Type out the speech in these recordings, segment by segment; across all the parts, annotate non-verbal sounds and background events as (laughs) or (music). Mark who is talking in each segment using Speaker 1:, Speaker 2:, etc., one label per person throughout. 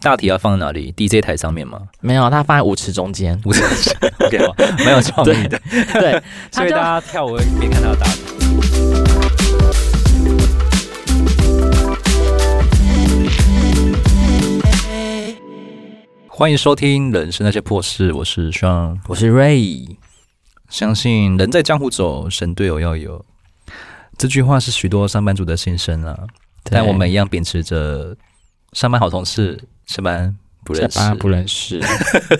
Speaker 1: 大体要放在哪里？DJ 台上面
Speaker 2: (laughs)
Speaker 1: 吗？。
Speaker 2: 没有，它放在舞池中间
Speaker 1: 不是，OK 吗？蛮有创意的，
Speaker 2: 对，
Speaker 1: (laughs)
Speaker 2: 它
Speaker 1: 所以
Speaker 2: 就
Speaker 1: 大家跳舞会边看他的大腿。欢迎收听《人生那些破事》，我是双。
Speaker 2: 我是 Ray，
Speaker 1: 相信人在江湖走，神队友要有。这句话是许多上班族的心声啊，但我们一样秉持着上班好同事，下班不认识
Speaker 2: 下班不认识，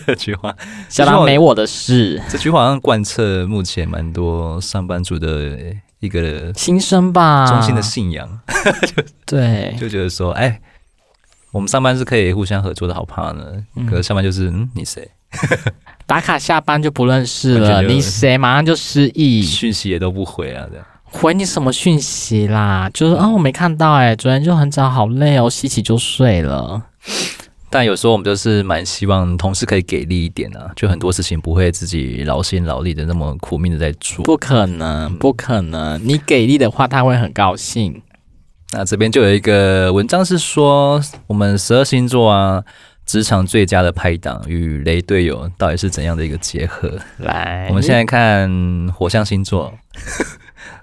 Speaker 1: 这句话。 (laughs)
Speaker 2: 下班没我的事，
Speaker 1: 这句话好像贯彻目前蛮多上班族的一个
Speaker 2: 新生吧，
Speaker 1: 中心的信仰，
Speaker 2: 对，
Speaker 1: 就觉得说，哎，我们上班是可以互相合作的好 partner，、可是下班就是，嗯，你谁？
Speaker 2: 打卡下班就不认识
Speaker 1: 完
Speaker 2: 了，
Speaker 1: 全就
Speaker 2: 你谁马上就失忆，
Speaker 1: 讯息也都不回啊，这样。
Speaker 2: 回你什么讯息啦？就是啊、我没看到哎、昨天就很早，好累哦，洗洗就睡了。
Speaker 1: 但有时候我们就是蛮希望同事可以给力一点啊，就很多事情不会自己劳心劳力的那么苦命的在做。
Speaker 2: 不可能，不可能，你给力的话，他会很高兴。
Speaker 1: 那这边就有一个文章是说，我们十二星座啊，职场最佳的拍档与雷队友到底是怎样的一个结合？
Speaker 2: 来，
Speaker 1: 我们现在看火象星座，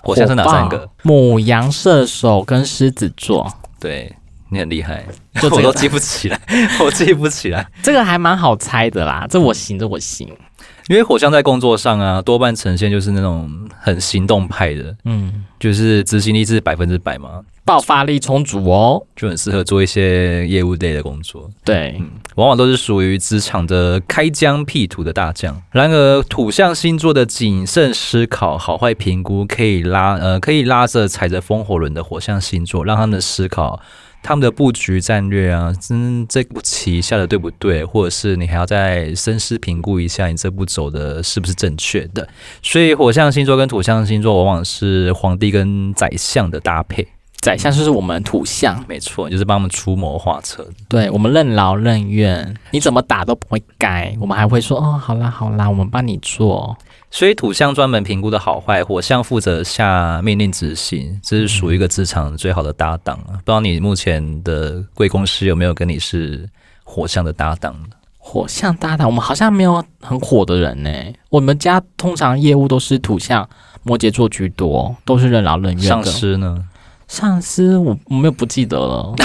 Speaker 1: 火象是哪三
Speaker 2: 火
Speaker 1: 个
Speaker 2: 爆？？母羊、射手跟狮子座，
Speaker 1: 对你很厉害，(laughs)
Speaker 2: 就
Speaker 1: 我
Speaker 2: 这
Speaker 1: 都
Speaker 2: 个
Speaker 1: 记不起来，我记不起来。
Speaker 2: 这个还蛮好猜的啦。这我行，这我行。
Speaker 1: 因为火象在工作上啊，多半呈现就是那种很行动派的，
Speaker 2: 嗯，
Speaker 1: 就是执行力是百分之百嘛，
Speaker 2: 爆发力充足哦。
Speaker 1: 就很适合做一些业务类的工作。
Speaker 2: 对，
Speaker 1: 往往都是属于职场的开疆辟土的大将。然而，呃土象星座的谨慎思考、好坏评估，可以拉呃可以拉着踩着风火轮的火象星座，让他们的思考。他们的布局战略啊，嗯，这步棋下的对不对，或者是你还要再深思评估一下，你这步走的是不是正确的？所以火象星座跟土象星座往往是皇帝跟宰相的搭配，
Speaker 2: 宰相就是我们土象，
Speaker 1: 没错，就是帮他们出谋划策。
Speaker 2: 对我们任劳任怨，你怎么打都不会改，我们还会说哦，好啦好啦，我们帮你做。
Speaker 1: 所以土象专门评估的好坏，火象负责下命令执行，这是属于一个职场最好的搭档啊。不知道你目前的贵公司有没有跟你是火象的搭档？
Speaker 2: 火象搭档，我们好像没有很火的人呢、我们家通常业务都是土象、摩羯座居多，都是任劳任怨
Speaker 1: 上
Speaker 2: 的。
Speaker 1: 司呢？
Speaker 2: 上司，我我没有不记得了， (laughs)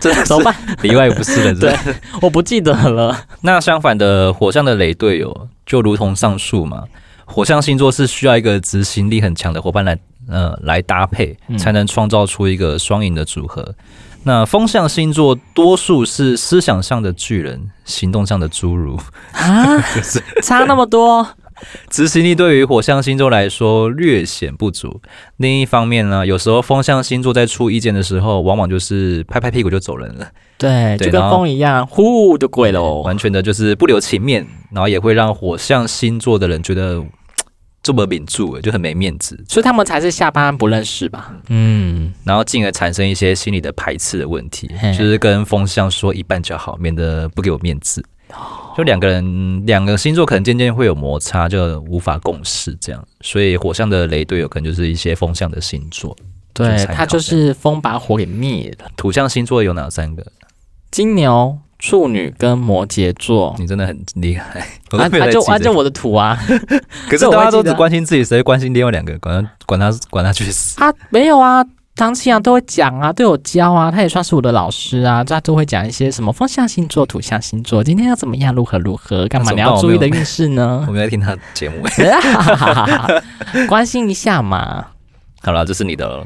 Speaker 1: 这是
Speaker 2: 怎么办？
Speaker 1: 里外不是人。
Speaker 2: 对，我不记得了。
Speaker 1: 那相反的，火象的雷队友就如同上述嘛，火象星座是需要一个执行力很强的伙伴来呃来搭配，才能创造出一个双赢的组合。那风象星座多数是思想上的巨人，行动上的侏儒。 (laughs)
Speaker 2: 啊，差那么多，
Speaker 1: 执行力对于火象星座来说略显不足。另一方面呢，有时候风象星座在出意见的时候，往往就是拍拍屁股就走人了，
Speaker 2: 对，
Speaker 1: 对
Speaker 2: 就跟
Speaker 1: 然后
Speaker 2: 风一样，呼就跪了哦。
Speaker 1: 完全的就是不留情面，然后也会让火象星座的人觉得嘖这么秉住，就很没面子，
Speaker 2: 所以他们才是下班不认识吧？嗯，
Speaker 1: 然后进而产生一些心理的排斥的问题，
Speaker 2: 嘿
Speaker 1: 就是跟风象说一半就好，免得不给我面子。就两个人，两个星座可能渐渐会有摩擦，就无法共识这样。所以火象的雷队友可能就是一些风象的星座。
Speaker 2: 对，
Speaker 1: 参考
Speaker 2: 他就是风把火给灭了。
Speaker 1: 土象星座有哪三个？
Speaker 2: 金牛、处女跟摩羯座。
Speaker 1: 你真的很厉害， (laughs) 我
Speaker 2: 啊
Speaker 1: 都没有
Speaker 2: 啊
Speaker 1: 在
Speaker 2: 就
Speaker 1: 记
Speaker 2: 啊
Speaker 1: 这
Speaker 2: 就
Speaker 1: 个
Speaker 2: 我的
Speaker 1: (laughs)
Speaker 2: 图啊
Speaker 1: 可是
Speaker 2: 这我会
Speaker 1: 大家都
Speaker 2: 记
Speaker 1: 只
Speaker 2: 得啊
Speaker 1: 关心自己，谁会关心另外两个？管他管他管他去 (laughs) 死！
Speaker 2: 啊没有啊，唐启阳都会讲啊，对我教啊，他也算是我的老师啊，他都会讲一些什么风象星座、土象星座，今天要怎么样，如何如何，干嘛
Speaker 1: 那怎么
Speaker 2: 你
Speaker 1: 办
Speaker 2: 要注意
Speaker 1: 我没
Speaker 2: 的
Speaker 1: 有
Speaker 2: 运势
Speaker 1: 我 (laughs)
Speaker 2: 呢？
Speaker 1: 没在听他的节目。
Speaker 2: 关心一下嘛，
Speaker 1: 好了，这是你的了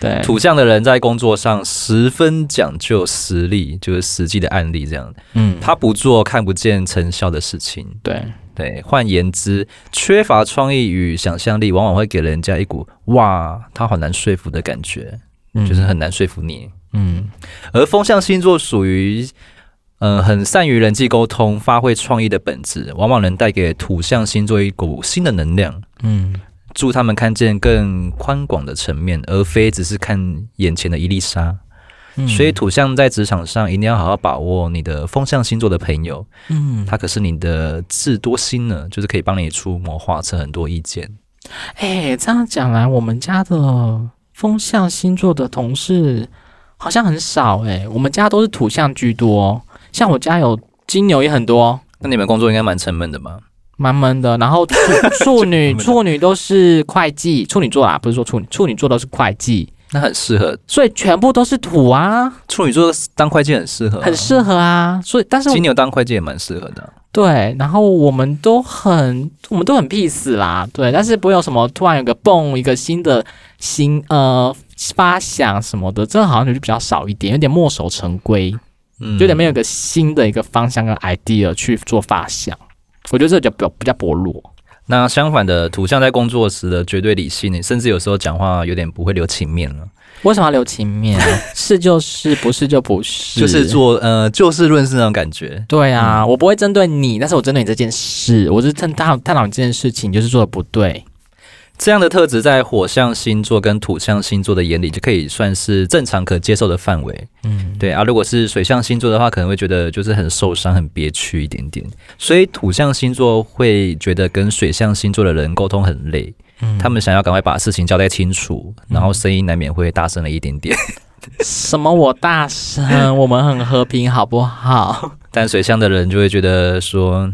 Speaker 2: 对，
Speaker 1: 土象的人在工作上十分讲究实力，就是实际的案例这样。
Speaker 2: 嗯，
Speaker 1: 他不做看不见成效的事情。
Speaker 2: 对，
Speaker 1: 对，换言之，缺乏创意与想象力，往往会给人家一股哇，他好难说服的感觉，嗯就是很难说服你。
Speaker 2: 嗯，
Speaker 1: 而风象星座属于，呃，很善于人际沟通、发挥创意的本质，往往能带给土象星座一股新的能量，
Speaker 2: 嗯
Speaker 1: 助他们看见更宽广的层面，而非只是看眼前的一粒沙。
Speaker 2: 嗯，
Speaker 1: 所以土象在职场上一定要好好把握你的风象星座的朋友，
Speaker 2: 嗯，
Speaker 1: 他可是你的智多星呢，就是可以帮你出谋划策很多意见。
Speaker 2: 哎、这样讲来，我们家的风欸象星座的同事好像很少哎、我们家都是土象居多，像我家有金牛也很多，
Speaker 1: 那你们工作应该蛮沉闷的吧？
Speaker 2: 蛮闷的。然后 (laughs) 处处女
Speaker 1: 闷的
Speaker 2: 处女都是会计，处女座啦，不是说处女，处女座都是会计，
Speaker 1: 那很适合
Speaker 2: 所以全部都是土啊，
Speaker 1: 处女座当会计，很适合啊、
Speaker 2: 很适合啊。所以但是我
Speaker 1: 金牛当会计也蛮适合的啊、
Speaker 2: 对，然后我们都很，我们都很 peace 啦，对，但是不会有什么突然有个蹦一个新的新呃发想什么的，这好像就比较少一点，有点墨守成规，
Speaker 1: 嗯，
Speaker 2: 有点没有一个新的一个方向跟 idea 去做发想，我觉得这就比较比较薄弱。
Speaker 1: 那相反的，土象在工作时的绝对理性，甚至有时候讲话有点不会留情面了，
Speaker 2: 为什么要留情面？啊 (laughs) 是就是，不是就不是，
Speaker 1: 就是做呃就事论事那种感觉。
Speaker 2: 对啊，我不会针对你，但是我针对你这件事，我就是探探讨探讨你这件事情，就是做的不对。
Speaker 1: 这样的特质在火象星座跟土象星座的眼里，就可以算是正常可接受的范围。
Speaker 2: 嗯，
Speaker 1: 对啊，如果是水象星座的话，可能会觉得就是很受伤、很憋屈一点点。
Speaker 2: 嗯
Speaker 1: 所以土象星座会觉得跟水象星座的人沟通很累，
Speaker 2: 嗯
Speaker 1: 他们想要赶快把事情交代清楚，然后声音难免会大声了一点点。
Speaker 2: 什么？我大声，我们很和平，好不 (laughs) 好？
Speaker 1: 但水象的人就会觉得说。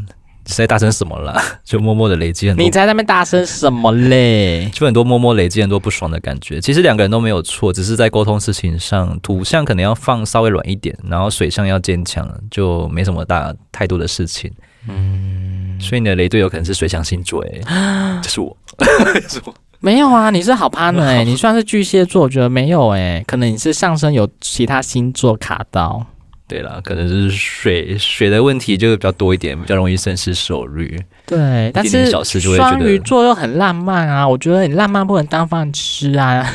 Speaker 1: 实在大声什么啦， (laughs) 就默默的累积很多
Speaker 2: 你在那边大声什么嘞？
Speaker 1: 就很多默默累积很多不爽的感觉。其实两个人都没有错，只是在沟通事情上，土象可能要放稍微软一点，然后水象要坚强，就没什么大太多的事情。嗯，所以你的雷队友可能是水象星座、欸，
Speaker 2: (gasps)
Speaker 1: 就是我，就是我。
Speaker 2: 没有啊，你是好 (laughs) partner 哎、你算是巨蟹座，我觉得没有哎、可能你是上升有其他星座卡到。
Speaker 1: 对啦，可能是水水的问题就是比较多一点，比较容易深思熟虑。
Speaker 2: 对，但
Speaker 1: 点
Speaker 2: 是
Speaker 1: 点小事就会觉得
Speaker 2: 双鱼座又很浪漫啊，我觉得你浪漫不能当饭吃 (laughs) 啊，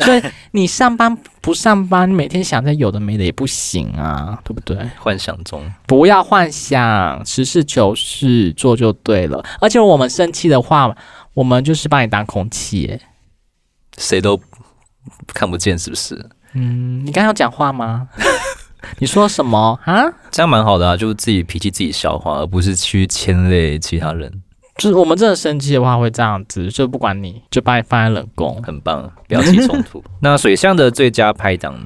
Speaker 2: 所以你上班不上班，每天想着有的没的也不行啊，对不对？
Speaker 1: 幻想中，
Speaker 2: 不要幻想，实事求是做就对了。而且我们生气的话，我们就是把你当空气耶。
Speaker 1: 谁都看不见，是不是？
Speaker 2: 嗯，你刚刚有讲话吗？ (laughs) 你说什么啊？
Speaker 1: 这样蛮好的啊，就是自己脾气自己消化，而不是去牵累其他人，
Speaker 2: 就是我们真的生气的话会这样子，就不管你，就把你放在冷宫。
Speaker 1: 很棒，不要起冲
Speaker 2: (laughs)
Speaker 1: 突。那水象的最佳拍档，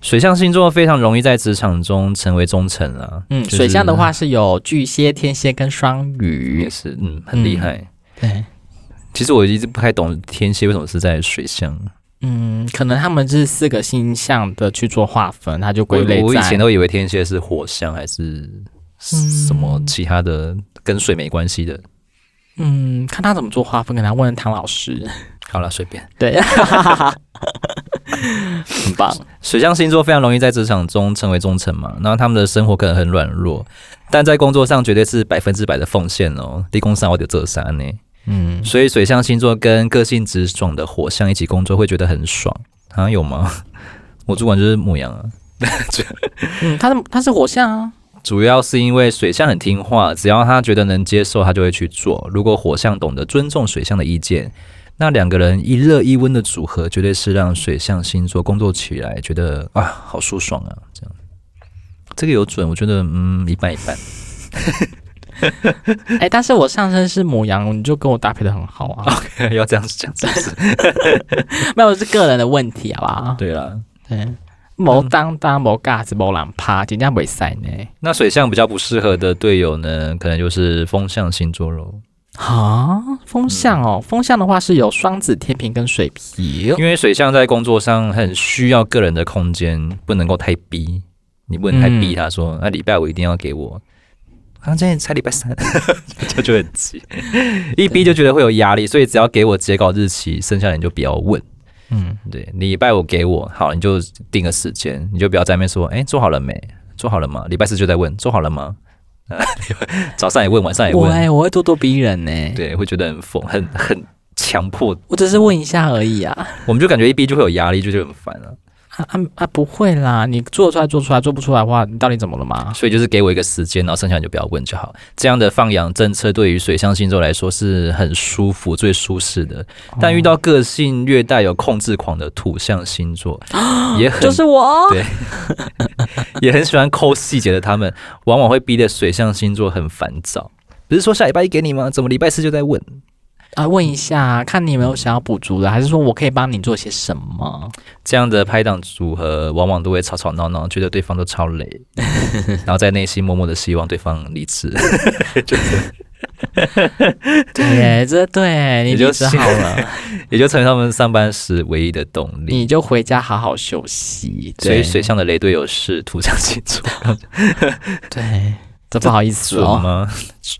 Speaker 1: 水象星座非常容易在职场中成为忠诚啊。
Speaker 2: 嗯，
Speaker 1: 就是
Speaker 2: 水象的话是有巨蟹、天蝎跟双
Speaker 1: 也
Speaker 2: 鱼。
Speaker 1: 是，嗯，很厉害。
Speaker 2: 对，
Speaker 1: 其实我一直不太懂天蝎为什么是在水象，
Speaker 2: 嗯，可能他们是四个星象的去做划分，它就
Speaker 1: 我
Speaker 2: 归类
Speaker 1: 我以前
Speaker 2: 在。
Speaker 1: 都以为天蝎是火象还是什么其他的跟水没关系的。
Speaker 2: 嗯，看他怎么做划分，可能要问唐老师。
Speaker 1: 好了，随便。
Speaker 2: 对， (laughs) 很棒。
Speaker 1: 水象星座非常容易在职场中成为忠诚嘛，然后他们的生活可能很软弱，但在工作上绝对是百分之百的奉献哦。立功上我得这三呢。
Speaker 2: 嗯，
Speaker 1: 所以水象星座跟个性直爽的火象一起工作会觉得很爽，好、像有吗？ (laughs) 我主管就是母羊啊，
Speaker 2: 嗯，他是他是火象啊，
Speaker 1: 主要是因为水象很听话，只要他觉得能接受，他就会去做。如果火象懂得尊重水象的意见，那两个人一热一温的组合，绝对是让水象星座工作起来觉得啊，好舒爽啊，这样。这个有准，我觉得嗯一半一半。
Speaker 2: (laughs) 哎、但是我上身是母羊，你就跟我搭配的很好啊。
Speaker 1: 要这样子讲，是不是？
Speaker 2: 没有是个人的问题，好不好？
Speaker 1: (laughs) 对啦，
Speaker 2: 对，嗯无当当无架子无人拍，真正袂使呢。
Speaker 1: 那水象比较不适合的队友呢，可能就是风象星座喽。
Speaker 2: 啊，风象哦，风象的话是有双子、天平跟水瓶。
Speaker 1: 因为水象在工作上很需要个人的空间，不能够太逼，你不能太逼他说，那、礼拜五一定要给我。啊，今天才礼拜三， (laughs) 就就很急， (laughs) 一逼就觉得会有压力，所以只要给我截稿日期，剩下的你就不要问。
Speaker 2: 嗯，
Speaker 1: 对，礼拜五给我，好，你就定个时间，你就不要在那边说，哎、做好了没？做好了吗？礼拜四就在问，做好了吗？呃早上也问，晚上也
Speaker 2: 我哎、
Speaker 1: 问，
Speaker 2: 我会咄咄逼人呢、
Speaker 1: 对，会觉得很疯，很很强迫，
Speaker 2: 我只是问一下而已啊。
Speaker 1: 我们就感觉一逼就会有压力，就就很烦了、
Speaker 2: 啊啊啊！不会啦，你做出来做出来，做不出来的话，你到底怎么了嘛？
Speaker 1: 所以就是给我一个时间，然后剩下你就不要问就好。这样的放养政策对于水象星座来说是很舒服、最舒适的。但遇到个性略带有控制狂的土象星座，也很、
Speaker 2: 就是我
Speaker 1: 对， (laughs) 也很喜欢抠细节的他们，往往会逼得水象星座很烦躁。不是说下礼拜一给你吗？怎么礼拜四就在问？
Speaker 2: 啊问一下，看你有没有想要补足的，还是说我可以帮你做些什么？
Speaker 1: 这样的拍档组合往往都会吵吵闹闹，觉得对方都超累， (laughs) 然后在内心默默的希望对方离职， (laughs)
Speaker 2: 对，这对你
Speaker 1: 也就
Speaker 2: 离职好了，
Speaker 1: 也就成为他们上班时唯一的动力。
Speaker 2: 你就回家好好休息。
Speaker 1: (laughs) 所以
Speaker 2: 对
Speaker 1: 水象的雷队友是土象星
Speaker 2: (laughs)
Speaker 1: 座，
Speaker 2: 对，这不好意思
Speaker 1: 准
Speaker 2: 哦。
Speaker 1: 吗？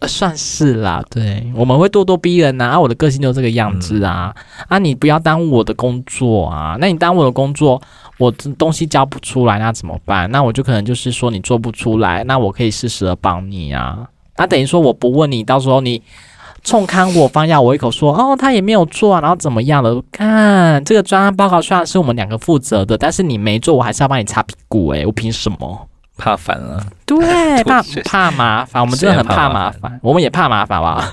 Speaker 2: 呃算是啦，对，我们会咄咄逼人呐、啊，我的个性就这个样子啊，啊，你不要耽误我的工作啊，那你耽误我的工作，我这东西交不出来，那怎么办？那我就可能就是说你做不出来，那我可以适时的帮你啊，那等于说我不问你，到时候你冲康我方要我一口说哦，他也没有做啊，然后怎么样了？看这个专案报告虽然是我们两个负责的，但是你没做，我还是要帮你擦屁股、欸，诶，我凭什么？
Speaker 1: 怕烦了。
Speaker 2: (laughs) 对，怕
Speaker 1: 确实
Speaker 2: 怕麻烦，我们真的很怕麻烦，啊我们也怕麻烦 (laughs) 吧。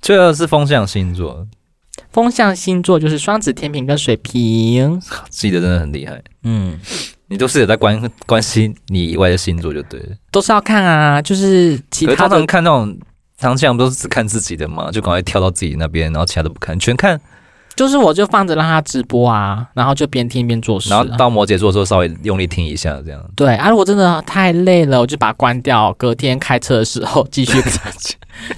Speaker 1: 最后是风象星座，
Speaker 2: 风象星座就是双子、天平跟水瓶，
Speaker 1: 记得真的很厉害。
Speaker 2: 嗯，
Speaker 1: 你都是有在关关心你以外的星座就对了。
Speaker 2: 都是要看啊，就是其
Speaker 1: 可是
Speaker 2: 他
Speaker 1: 通
Speaker 2: 的
Speaker 1: 常看那种常这样不都是只看自己的嘛，就赶快跳到自己那边，然后其他都不看，全看。
Speaker 2: 就是我就放着让他直播啊，然后就边听边做事、
Speaker 1: 然
Speaker 2: 啊
Speaker 1: 后。到摩羯座的时候稍微用力听一下，这样。
Speaker 2: 对啊，如果真的太累了，我就把它关掉。隔天开车的时候继
Speaker 1: (laughs)
Speaker 2: 续看，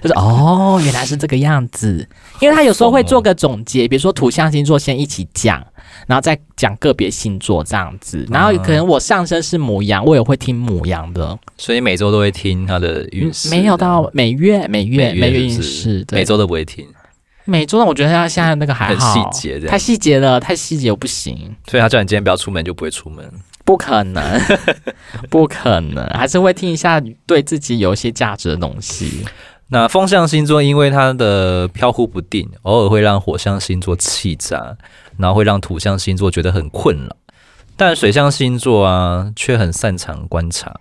Speaker 2: 就是哦，原来是这个样子。因为他有时候会做个总结，比如说土象星座先一起讲，然后再讲个别星座这样子。然后
Speaker 1: 嗯
Speaker 2: 可能我上身是母羊，我也会听母羊的，嗯
Speaker 1: 所以每周都会听他的运势，
Speaker 2: 没有到每月每月
Speaker 1: 啊每
Speaker 2: 月
Speaker 1: 月
Speaker 2: 运
Speaker 1: 是
Speaker 2: 势，对
Speaker 1: 每周都不会听，
Speaker 2: 每周呢，我觉得他现在那个还
Speaker 1: 很
Speaker 2: 好，
Speaker 1: 细节这
Speaker 2: 太
Speaker 1: 样。
Speaker 2: 细节了，太细节我不行。
Speaker 1: 所以他叫你今天不要出门，就不会出门。
Speaker 2: 不可能， (laughs) 不可能，还是会听一下对自己有一些价值的东西。
Speaker 1: 那风象星座因为它的飘忽不定，偶尔会让火象星座气炸，然后会让土象星座觉得很困扰。但水象星座啊，却很擅长观察，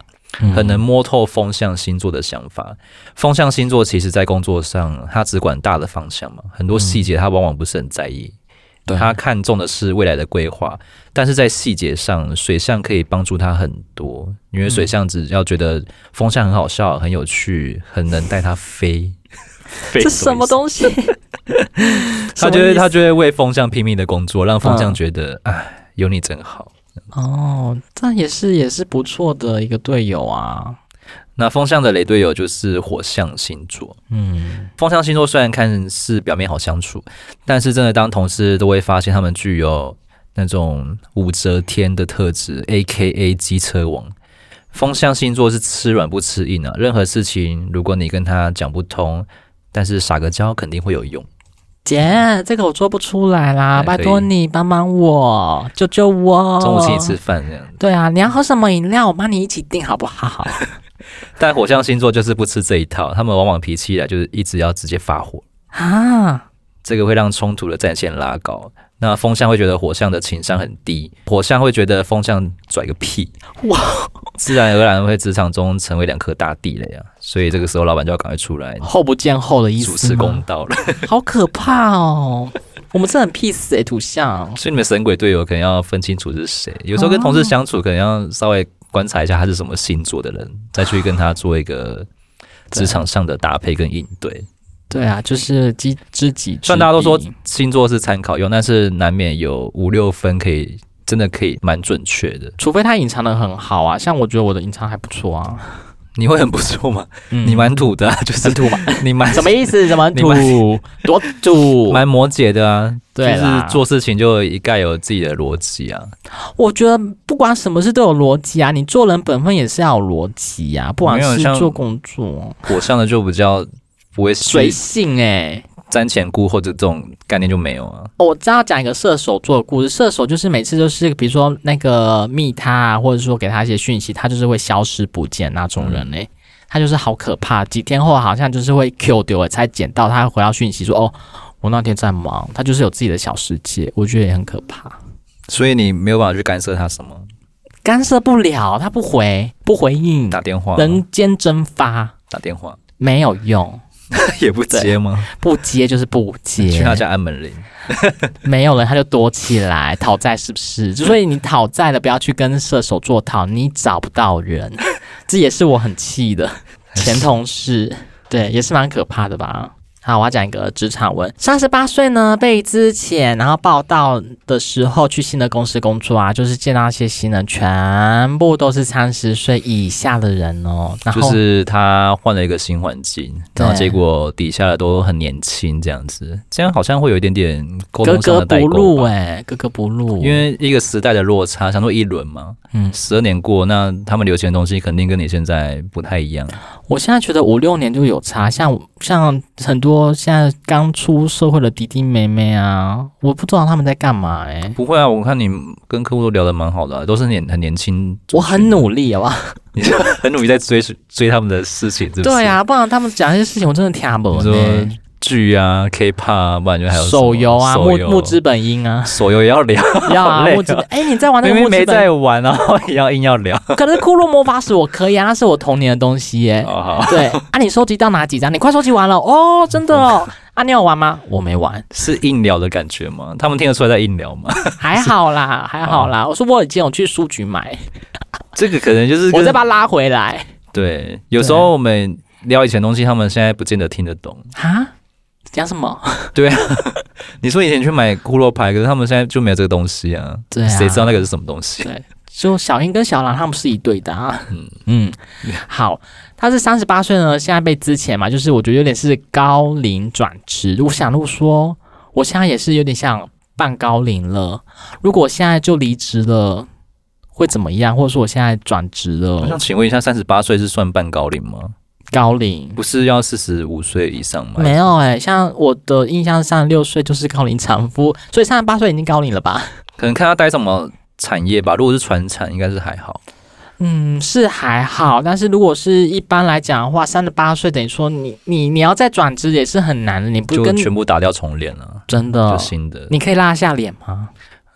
Speaker 2: 嗯
Speaker 1: 很能摸透风象星座的想法。风象星座其实在工作上，他只管大的方向嘛，很多细节他往往不是很在意。
Speaker 2: 对
Speaker 1: 他看重的是未来的规划，但是在细节上，水象可以帮助他很多，因为水象只要觉得风象很好笑、很有趣、很能带他飞。飞
Speaker 2: 这什么
Speaker 1: 意思？
Speaker 2: 东西？
Speaker 1: 他
Speaker 2: 什
Speaker 1: 觉
Speaker 2: 么
Speaker 1: 得
Speaker 2: 意思
Speaker 1: 他就会为风象拼命的工作，让风象
Speaker 2: 嗯
Speaker 1: 觉得哎、有你真好。
Speaker 2: (laughs) 哦，这也是也是不错的一个队友啊。
Speaker 1: 那风象的雷队友就是火象星座。
Speaker 2: 嗯，
Speaker 1: 风象星座虽然看似表面好相处，但是真的当同事都会发现他们具有那种武则天的特质，A K A 机车王。风象星座是吃软不吃硬啊，任何事情如果你跟他讲不通，但是撒个娇肯定会有用。
Speaker 2: 姐，这个我做不出来啦，
Speaker 1: 哎
Speaker 2: 拜
Speaker 1: 可以
Speaker 2: 托你帮帮我，救救我。
Speaker 1: 中午请你吃。饭这样，
Speaker 2: 对啊，你要喝什么饮料？我帮你一起订好
Speaker 1: (laughs)
Speaker 2: 不好？
Speaker 1: 但火象星座就是不吃这一套，他们往往脾气一来就是一直要直接发火。
Speaker 2: 啊，
Speaker 1: 这个会让冲突的战线拉高。那风象会觉得火象的情商很低，火象会觉得风象拽个屁，
Speaker 2: 哇，
Speaker 1: 自然而然会职场中成为两颗大地雷啊。所以这个时候老板就要赶快出来
Speaker 2: 后不见后的意
Speaker 1: 主持
Speaker 2: 思
Speaker 1: 公
Speaker 2: 吗？
Speaker 1: 道了。
Speaker 2: 好可怕哦！我们真的很 peace 哎、土象。
Speaker 1: 所以你们神鬼队友可能要分清楚是谁，有时候跟同事相处可能要稍微观察一下他是什么星座的人，再去跟他做一个职场上的搭配跟应对。
Speaker 2: 对啊，就是知知己知彼。
Speaker 1: 虽然大家都说星座是参考用，但是难免有五六分可以真的可以蛮准确的。
Speaker 2: 除非他隐藏的很好啊，像我觉得我的隐藏还不错啊。
Speaker 1: 你会很不错吗？
Speaker 2: 嗯
Speaker 1: 你蛮土的、
Speaker 2: (laughs)
Speaker 1: 啊，就是
Speaker 2: 很土嘛？
Speaker 1: 你蛮
Speaker 2: 什么
Speaker 1: (laughs)
Speaker 2: 意思？什么
Speaker 1: 你
Speaker 2: 土？多土？
Speaker 1: 蛮摩羯的啊，
Speaker 2: 对
Speaker 1: 就
Speaker 2: 啦
Speaker 1: 是做事情就一概有自己的逻辑啊。
Speaker 2: 我觉得不管什么事都有逻辑啊，你做人本分也是要有逻辑啊，不管
Speaker 1: 没有
Speaker 2: 是
Speaker 1: 像
Speaker 2: 做工作，
Speaker 1: 火象的就比较不会
Speaker 2: 随性哎、
Speaker 1: 瞻前顾后的这种概念就没有啊。
Speaker 2: 哦我知道讲一个射手座的故事，射手就是每次就是比如说那个密他啊，或者说给他一些讯息，他就是会消失不见那种人嘞、欸他就是好可怕，几天后好像就是会 Q 丢了，才捡到他回到讯息说哦，我那天在忙，他就是有自己的小世界，我觉得也很可怕，
Speaker 1: 所以你没有办法去干涉他什么，
Speaker 2: 干涉不了，他不回不回应，
Speaker 1: 打电话
Speaker 2: 人间蒸发
Speaker 1: 打电话 (laughs)
Speaker 2: 没有用。
Speaker 1: 也不接吗？
Speaker 2: 不接就是不
Speaker 1: 去 (laughs)
Speaker 2: 接，
Speaker 1: 他家按门铃，
Speaker 2: 没有人他就躲起来讨债，是不
Speaker 1: (laughs)
Speaker 2: 是？所以你讨债了，不要去跟射手座讨，你找不到人， (laughs) 这也是我很气的前同事，对，也是蛮可怕的吧？好，我要讲一个职场文。三十八岁呢，被资遣，然后报道的时候去新的公司工作啊，就是见到一些新人，全部都是三十岁以下的人哦。然后、
Speaker 1: 就是他换了一个新环境，
Speaker 2: 对
Speaker 1: 然后结果底下的都很年轻，这样子，这样好像会有一点点沟
Speaker 2: 格
Speaker 1: 通上
Speaker 2: 格
Speaker 1: 的代
Speaker 2: 不入
Speaker 1: 沟吧。
Speaker 2: 哎、格格不入。
Speaker 1: 因为一个时代的落差，想说一轮嘛，
Speaker 2: 嗯
Speaker 1: 十二年过，那他们流行的东西肯定跟你现在不太一样。
Speaker 2: 我现在觉得五六年就有差，像像很多现在刚出社会的弟弟妹妹啊，我不知道他们在干嘛哎、
Speaker 1: 不会啊，我看你跟客户都聊得蛮好的啊、都是年很年轻族群，
Speaker 2: 我很努力好不好？
Speaker 1: 你是 (laughs) 很努力在追追他们的事情，是不是？
Speaker 2: 对，啊，不然他们讲一些事情我真的听不
Speaker 1: 你
Speaker 2: 懂、欸
Speaker 1: 说剧啊、K-pop 啊，不然就还有什么
Speaker 2: 手游啊，
Speaker 1: 手
Speaker 2: 木
Speaker 1: 游
Speaker 2: 木之本
Speaker 1: (laughs)
Speaker 2: 音啊，
Speaker 1: 手游也要
Speaker 2: (laughs)
Speaker 1: 聊，
Speaker 2: 要
Speaker 1: 好
Speaker 2: 啊，
Speaker 1: 累
Speaker 2: 木之本。哎、你在玩那
Speaker 1: 明明
Speaker 2: 个木
Speaker 1: 没
Speaker 2: 之本？
Speaker 1: 在玩，然后也要硬要聊。
Speaker 2: 可是骷髅魔法使我可以啊，那是我童年的东
Speaker 1: (laughs)
Speaker 2: 西耶、
Speaker 1: 哦，好，
Speaker 2: 对啊，你收集到哪几张？你快收集完
Speaker 1: (laughs)
Speaker 2: 了哦，真的哦。啊，你有玩吗？我没玩，
Speaker 1: 是硬聊的感觉吗？他们听得出来在硬聊吗？
Speaker 2: 还好啦，还好啦。我说我已经有去书局买，
Speaker 1: (laughs) 这个可能就是
Speaker 2: 我
Speaker 1: 跟
Speaker 2: 再把它拉回来
Speaker 1: 对，有时候我们聊以前的东西，他们现在不见得听得懂。
Speaker 2: 啊。讲什么？
Speaker 1: 你说以前去买骷髅牌，可是他们现在就没有这个东西啊，
Speaker 2: 对啊
Speaker 1: 谁知道那个是什么东西？
Speaker 2: 对就小英跟小狼他们是一对的啊。
Speaker 1: 嗯
Speaker 2: 嗯嗯，好，他是三十八岁呢，现在被资遣嘛，就是我觉得有点是高龄转职。我想，如果说我现在也是有点像半高龄了，如果我现在就离职了，会怎么样？或者说我现在转职
Speaker 1: 我想
Speaker 2: 了，
Speaker 1: 请问一下，三十八岁是算半高龄吗？
Speaker 2: 高龄
Speaker 1: 不是要四十五岁以上吗？
Speaker 2: 没有哎、像我的印象上，六岁就是高龄产妇，所以三十八岁已经高龄了吧？
Speaker 1: 可能看他待什么产业吧。如果是船产，应该是还好。
Speaker 2: 嗯，是还好，但是如果是一般来讲的话，三十八岁等于说你你你要再转职也是很难的，你不
Speaker 1: 就
Speaker 2: 跟哦
Speaker 1: 全部打掉重练了，
Speaker 2: 真的
Speaker 1: 就，新的。
Speaker 2: 你可以拉下脸吗？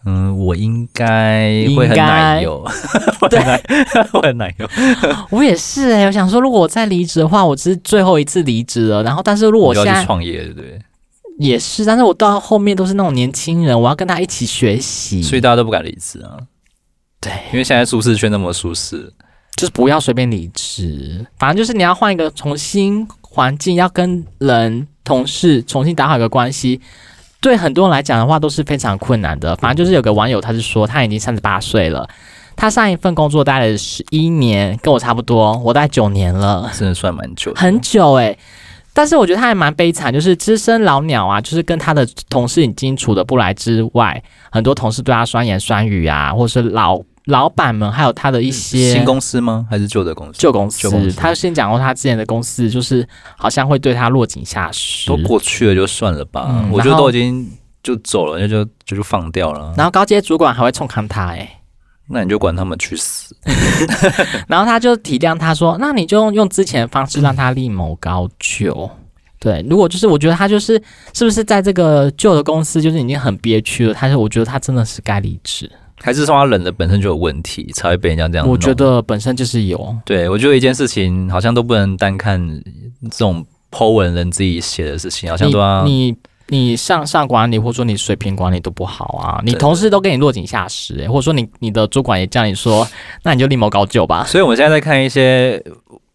Speaker 1: 嗯，我应该会很奶油， (laughs) 会很奶，会很奶油。
Speaker 2: 我也是哎、我想说，如果我再离职的话，我是最后一次离职了。然后，但是如果我
Speaker 1: 你就
Speaker 2: 现
Speaker 1: 要去
Speaker 2: 在
Speaker 1: 创业，对不对？
Speaker 2: 也是，但是我到后面都是那种年轻人，我要跟他一起学习，
Speaker 1: 所以大家都不敢离职啊，
Speaker 2: 嗯对，
Speaker 1: 因为现在舒适圈那么舒适，
Speaker 2: 就是不要随便离职。反正就是你要换一个重新环境，要跟人、同事重新打好一个关系。对很多人来讲的话，都是非常困难的。反正就是有个网友，他是说他已经三十八岁了，他上一份工作待了十一年，跟我差不多，我待九年了，
Speaker 1: 真的算蛮久的。
Speaker 2: 很久诶、但是我觉得他还蛮悲惨，就是资深老鸟啊，就是跟他哎的同事已经处的不来之外，很多同事对他酸言酸语啊，或者是老老板们，还有他的一些
Speaker 1: 嗯新公司吗？还是旧的公司？
Speaker 2: 旧公司，
Speaker 1: 旧公司
Speaker 2: 他先讲过他之前的公司，就是好像会对他落井下石
Speaker 1: 都。过去了就算了吧，
Speaker 2: 嗯
Speaker 1: 我觉得
Speaker 2: 然后
Speaker 1: 都已经就走了，那就就就放掉了。
Speaker 2: 然后高阶主管还会冲康他、欸，
Speaker 1: 那你就管他们去死。
Speaker 2: 然后他就体谅他说：“那你就用之前的方式让他另谋高
Speaker 1: 嗯
Speaker 2: 就。”对，如果就是我觉得他就是是不是在这个旧的公司就是已经很憋屈了，他就我觉得他真的是该离职。
Speaker 1: 还是说他人的本身就有问题，才会被人家这样弄？
Speaker 2: 我觉得本身就是有，
Speaker 1: 对，我觉得一件事情好像都不能单看这种 Po 文人自己写的事情，好像都要
Speaker 2: 你你你上上管理或者说你水平管理都不好啊，你
Speaker 1: 对
Speaker 2: 同事都给你落井下石、欸，或者说你你的主管也叫你说，那你就另谋高就吧。
Speaker 1: 所以我们现在在看一些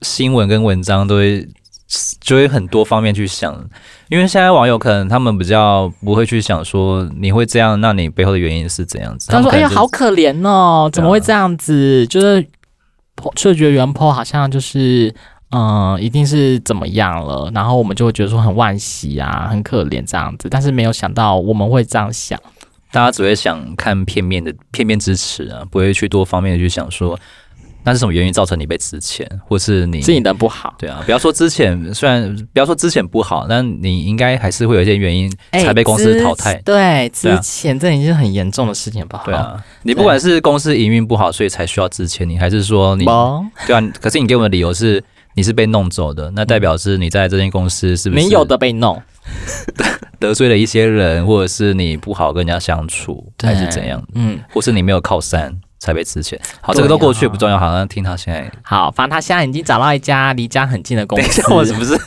Speaker 1: 新闻跟文章，都会就会很多方面去想，因为现在网友可能他们比较不会去想说你会这样，那你背后的原因是怎样子。
Speaker 2: 他
Speaker 1: 们
Speaker 2: 说：“
Speaker 1: 可
Speaker 2: 哎
Speaker 1: 能
Speaker 2: 呀，
Speaker 1: 就啊
Speaker 2: 好可怜哦，怎么会这样子？就是，po- 就觉得原 po 好像就是，嗯，一定是怎么样了，然后我们就会觉得说很惋惜啊，很可怜这样子。但是没有想到我们会这样想，
Speaker 1: 大家只会想看片面的片面支持啊，不会去多方面的去想说那是什么原因造成你被之前，或是你
Speaker 2: 是你的不好。
Speaker 1: 对啊，不要说之前，虽然不要说之前不好，但你应该还是会有一些原因
Speaker 2: 哎
Speaker 1: 才被公司
Speaker 2: 之
Speaker 1: 淘汰。
Speaker 2: 对，
Speaker 1: 对啊
Speaker 2: 之前这已经是很严重的事情吧？
Speaker 1: 对，啊，你不管是公司营运不好，所以才需要之前，你还是说你
Speaker 2: 不，
Speaker 1: 对啊？可是你给我们的理由是你是被弄走的，那代表是你在这间公司是不是
Speaker 2: 嗯没有的被弄，
Speaker 1: 得罪了一些人，或者是你不好跟人家相处，
Speaker 2: 对
Speaker 1: 还是怎样？
Speaker 2: 嗯，
Speaker 1: 或是你没有靠山才被之前？好，
Speaker 2: 对
Speaker 1: 这
Speaker 2: 啊
Speaker 1: 个都过去不重要，好像听他现 (laughs) 在。
Speaker 2: 好，反正他现在已经找到一家离家很近的公
Speaker 1: 等一
Speaker 2: 司
Speaker 1: 下，，我是不是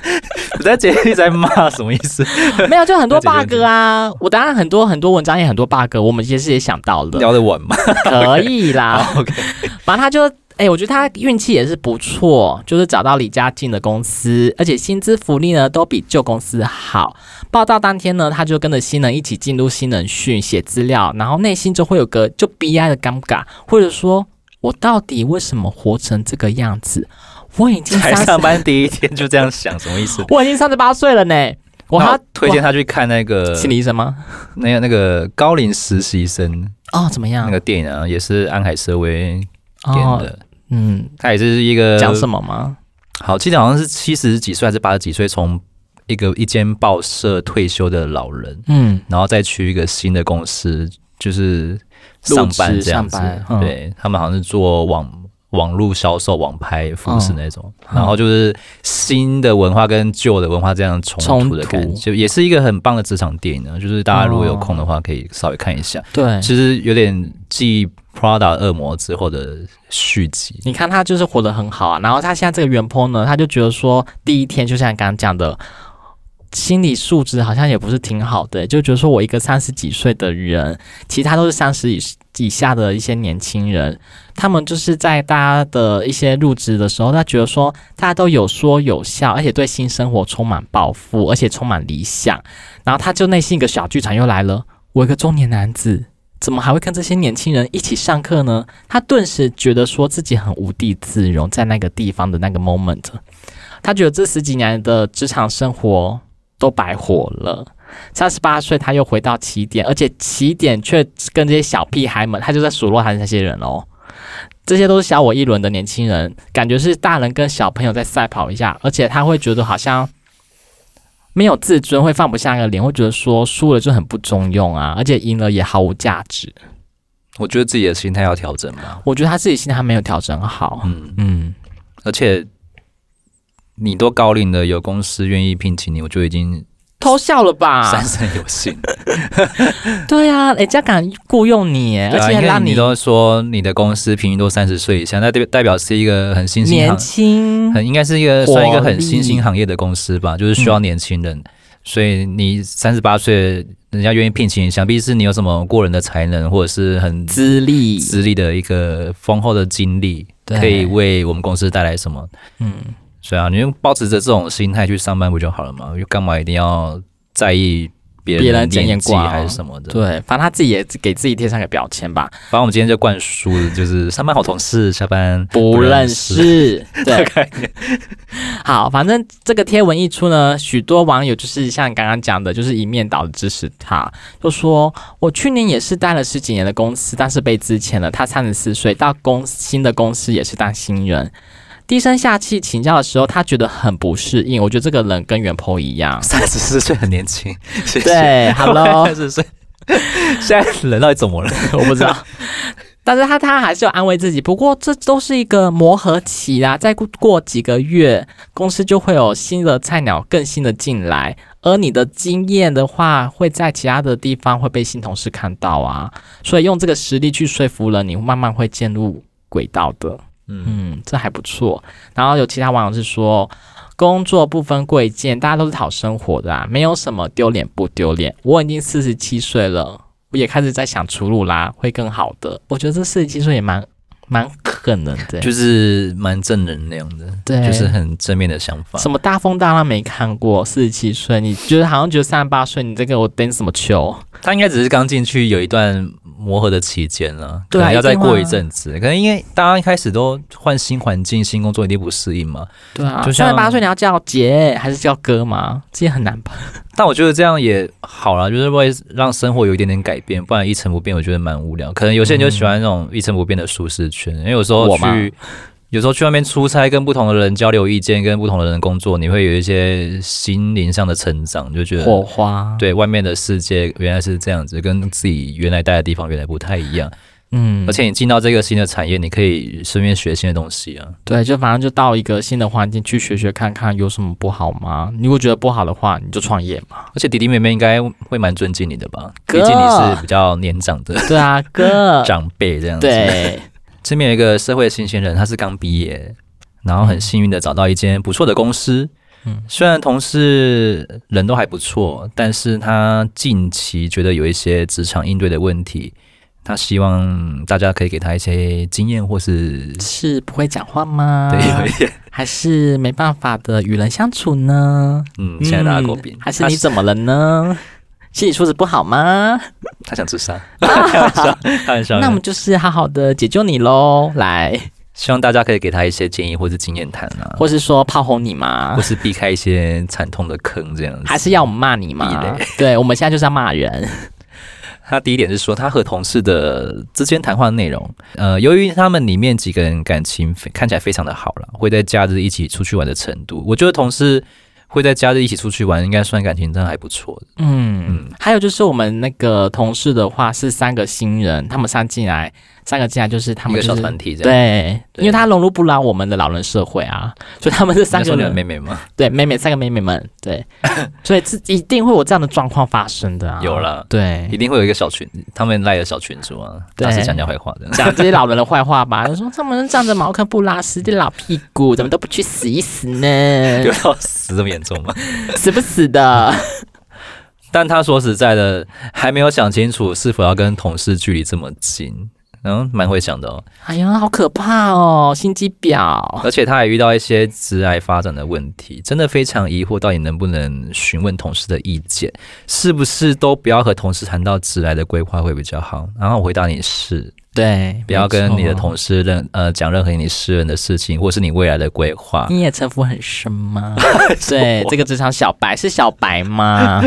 Speaker 1: 我在节目在骂什么意 (laughs) 思？
Speaker 2: (laughs) 没有就很多
Speaker 1: 那解决
Speaker 2: bug 啊。我当然很多很多文章也很多 bug，我们其实也想到
Speaker 1: (laughs)
Speaker 2: 了，
Speaker 1: 聊得完吗
Speaker 2: 可以啦。
Speaker 1: ？OK，
Speaker 2: 反正他就哎、我觉得他运气也是不错，就是找到离家近的公司，而且薪资福利呢都比旧公司好。报道当天呢，他就跟着新人一起进入新人训写资料，然后内心就会有个就 BI 的尴尬，或者说我到底为什么活成这个样子？我已
Speaker 1: (laughs)
Speaker 2: 经
Speaker 1: 才
Speaker 2: 三
Speaker 1: 上
Speaker 2: 十，
Speaker 1: 班第一天就这样想，什么意 (laughs) 思？
Speaker 2: 我已经三十八岁了呢。我还
Speaker 1: 那
Speaker 2: 要
Speaker 1: 推荐他去看那个
Speaker 2: 我心理医生吗？
Speaker 1: 那个那个高龄实习生
Speaker 2: 哦，怎么样
Speaker 1: 那？个电影啊，也是安海瑟薇演
Speaker 2: 哦，
Speaker 1: 的，呃
Speaker 2: 嗯，
Speaker 1: 他也是一个
Speaker 2: 讲什么吗？
Speaker 1: 好，记得好像是七十几岁还是八十几岁，从一个一间报社退休的老人，
Speaker 2: 嗯，
Speaker 1: 然后再去一个新的公司，就是
Speaker 2: 入
Speaker 1: 上班
Speaker 2: 职
Speaker 1: 这样子
Speaker 2: 上班。嗯
Speaker 1: 对他们好像是做网网络销售、网拍、服饰
Speaker 2: 嗯
Speaker 1: 那种，
Speaker 2: 嗯
Speaker 1: 然后就是新的文化跟旧的文化这样冲突的
Speaker 2: 冲突
Speaker 1: 感觉，也是一个很棒的职场电影呢。就是大家如果有
Speaker 2: 哦
Speaker 1: 空的话，可以稍微看一下。
Speaker 2: 对，
Speaker 1: 其实有点继 Prada 恶魔之后的续集，
Speaker 2: 你看他就是活得很好啊，然后他现在这个原 po 呢，他就觉得说，第一天就像你刚刚讲的，心理素质好像也不是挺好的、就觉得说我一个三十几岁的人，其他都是三十以以下的一些年轻人，他们就是在大家的一些入职的时候，他觉得说大家都有说有笑，而且对新生活充满抱负，而且充满理想，然后他就内心一个小剧场又来了，我一个中年男子。怎么还会跟这些年轻人一起上课呢？他顿时觉得说自己很无地自容，在那个地方的那个 moment，他觉得这十几年的职场生活都白活了。三十八岁，他又回到起点，而且起点却跟这些小屁孩们，他就在数落他的那些人哦。这些都是小我一轮的年轻人，感觉是大人跟小朋友在赛跑一下，而且他会觉得好像没有自尊，会放不下那个脸，会觉得说输了就很不中用啊，而且赢了也毫无价值。
Speaker 1: 我觉得自己的心态要调整吧。
Speaker 2: 我觉得他自己心态还没有调整好。
Speaker 1: 嗯。
Speaker 2: 嗯，
Speaker 1: 而且你都高龄了，有公司愿意聘请你，我就已经
Speaker 2: 偷笑了吧
Speaker 1: 三？生有幸。
Speaker 2: 对啊，人家敢雇佣你耶，
Speaker 1: 对
Speaker 2: 而
Speaker 1: 啊，
Speaker 2: 且
Speaker 1: 因
Speaker 2: 还
Speaker 1: 为
Speaker 2: 让
Speaker 1: 你都说你的公司平均都三十岁以下，那代代表是一个很新兴
Speaker 2: 年
Speaker 1: 行，
Speaker 2: 轻。
Speaker 1: 很应该是一个算一个很新
Speaker 2: 活力
Speaker 1: 兴行业的公司吧，就是需要年轻人。所以你三十八岁，人家愿意聘请你，想必是你有什么过人的才能，或者是很
Speaker 2: 资历，
Speaker 1: 资历的一个丰厚的经历，
Speaker 2: 对
Speaker 1: 可以为我们公司带来什么。
Speaker 2: 嗯，
Speaker 1: 所以啊，你就保持着这种心态去上班不就好了嘛？又干嘛一定要在意别人
Speaker 2: 别
Speaker 1: 的
Speaker 2: 人检验啊
Speaker 1: 年纪
Speaker 2: 光
Speaker 1: 还是什么的？，
Speaker 2: 对，反正他自己也给自己贴上个标签吧，
Speaker 1: 反正我们今天就灌输的就是上班好同事，下班
Speaker 2: 不认
Speaker 1: 认
Speaker 2: 识。对，
Speaker 1: 概，
Speaker 2: (laughs) 好，反正这个贴文一出呢，许多网友就是像你刚刚讲的，就是一面倒的支持他，就说我去年也是待了十几年的公司，但是被资遣了。他三十四岁，到公新的公司也是当新人。低声下气请教的时候，他觉得很不适应。我觉得这个人跟袁坡一样
Speaker 1: 三十四岁很年轻，谢谢。
Speaker 2: (laughs) 对，Hello，
Speaker 1: 三十岁，现在人到底怎么了？
Speaker 2: (laughs) 我不知道。但是他他还是有安慰自己，不过这都是一个磨合期啦，再过过几个月，公司就会有新的菜鸟、更新的进来，而你的经验的话，会在其他的地方会被新同事看到啊，所以用这个实力去说服人，你慢慢会进入轨道的。
Speaker 1: 嗯，
Speaker 2: 嗯，这还不错。然后有其他网友是说，工作不分贵贱，大家都是讨生活的啊，没有什么丢脸不丢脸。我已经四十七岁了，我也开始在想出路啦，会更好的。我觉得这四十七岁也蛮蛮可能的，
Speaker 1: 就是蛮正能量的，
Speaker 2: 对，
Speaker 1: 就是很正面的想法。
Speaker 2: 什么大风大浪没看过，四十七岁，你觉得好像觉得三十八岁，你这个我等什么球？
Speaker 1: 他应该只是刚进去有一段磨合的期间了，
Speaker 2: 对
Speaker 1: 可
Speaker 2: 啊
Speaker 1: 能要再
Speaker 2: 一定会啊
Speaker 1: 过一阵子。可能因为大家一开始都换新环境、新工作，一定不适应嘛。
Speaker 2: 对啊，
Speaker 1: 就
Speaker 2: 三
Speaker 1: 像
Speaker 2: 十八岁你要叫姐还是叫哥吗？这也很难吧？
Speaker 1: 但我觉得这样也好啦，就是为让生活有一点点改变，不然一成不变，我觉得蛮无聊。可能有些人就喜欢那种一成不变的舒适圈，因为有时候
Speaker 2: 我吗
Speaker 1: 去，有时候去外面出差，跟不同的人交流意见，跟不同的人工作，你会有一些心灵上的成长，就觉
Speaker 2: 火
Speaker 1: 得
Speaker 2: 花，，
Speaker 1: 对外面的世界原来是这样子，跟自己原来待的地方原来不太一样。
Speaker 2: 嗯
Speaker 1: 而，且你进到这个新的产业，你可以顺便学新的东西啊。
Speaker 2: 对，就反正就到一个新的环境去学学看看有什么不好吗？你如果觉得不好的话，你就创业
Speaker 1: (laughs)
Speaker 2: 嘛。
Speaker 1: 而且弟弟妹妹应该会蛮尊敬你的吧？
Speaker 2: 哥
Speaker 1: 毕竟你是比较年长的
Speaker 2: 对啊，哥，
Speaker 1: 长辈这样子。
Speaker 2: 对，
Speaker 1: 这边有一个社会新鲜人，他是刚毕业，然后很幸运的找到一间不错的公司。
Speaker 2: 嗯
Speaker 1: 虽然同事人都还不错，但是他近期觉得有一些职场应对的问题，他希望大家可以给他一些经验，或是
Speaker 2: 是不会讲话吗？
Speaker 1: 对有一点，
Speaker 2: 还是没办法的与人相处呢？
Speaker 1: 嗯，现在大家诟病
Speaker 2: 嗯，还是你怎么了呢？心理素质不好吗？
Speaker 1: 他他想自
Speaker 2: (laughs)
Speaker 1: 杀， (laughs) 开玩笑，开玩笑。
Speaker 2: 那我们就是好好的解救你喽，来，
Speaker 1: 希望大家可以给他一些建议，或是经验谈啊，
Speaker 2: 或是说炮轰你吗
Speaker 1: 或？是避开一些惨痛的坑这样子。
Speaker 2: 啊还是要我们骂你吗？对，我们现在就是要骂人。
Speaker 1: 他第一点是说，他和同事的之间谈话内容，呃，由于他们里面几个人感情非看起来非常的好了，会在假日一起出去玩的程度，我觉得同事会在假日一起出去玩，应该算感情真的还不错的。
Speaker 2: 嗯，还有就是我们那个同事的话是三个新人，他们三进来，三个进来就是他
Speaker 1: 一
Speaker 2: 们
Speaker 1: 个
Speaker 2: 就
Speaker 1: 小
Speaker 2: 是
Speaker 1: 团体这样。
Speaker 2: 对，因为他融入不了我们的老人社会啊，所以他们这三
Speaker 1: 你
Speaker 2: 个
Speaker 1: 要说你的
Speaker 2: 人
Speaker 1: 妹妹吗？
Speaker 2: 对妹妹三个妹妹们， (laughs) 对，所以是一定会有这样的状况发生的啊。
Speaker 1: 有啦一
Speaker 2: 对，
Speaker 1: 定会有一个小群，他们赖的小群主啊，
Speaker 2: 对
Speaker 1: 打是讲讲坏话的。 (laughs)
Speaker 2: 讲这些老人的坏话吧，就说他们仗着茅坑不拉屎的老屁股，怎么都不去死一死 (laughs) 呢
Speaker 1: 有？到死这么严重吗？
Speaker 2: 死不死的？
Speaker 1: 但他说实在的，还没有想清楚是否要跟同事距离这么近，嗯，蛮会想的哦。
Speaker 2: (laughs) 哎呀，好可怕哦，心机婊。
Speaker 1: 而且他还遇到一些职癌发展的问题，真的非常疑惑，到底能不能询问同事的意见，是不是都不要和同事谈到职癌的规划会比较好？然后我回答你是，
Speaker 2: 对，
Speaker 1: 不要跟你的
Speaker 2: 没错
Speaker 1: 同事任呃讲任何你私人的事情，或是你未来的规划。
Speaker 2: 你也城府很深 (laughs) 吗？对，这个职场小白是小白吗？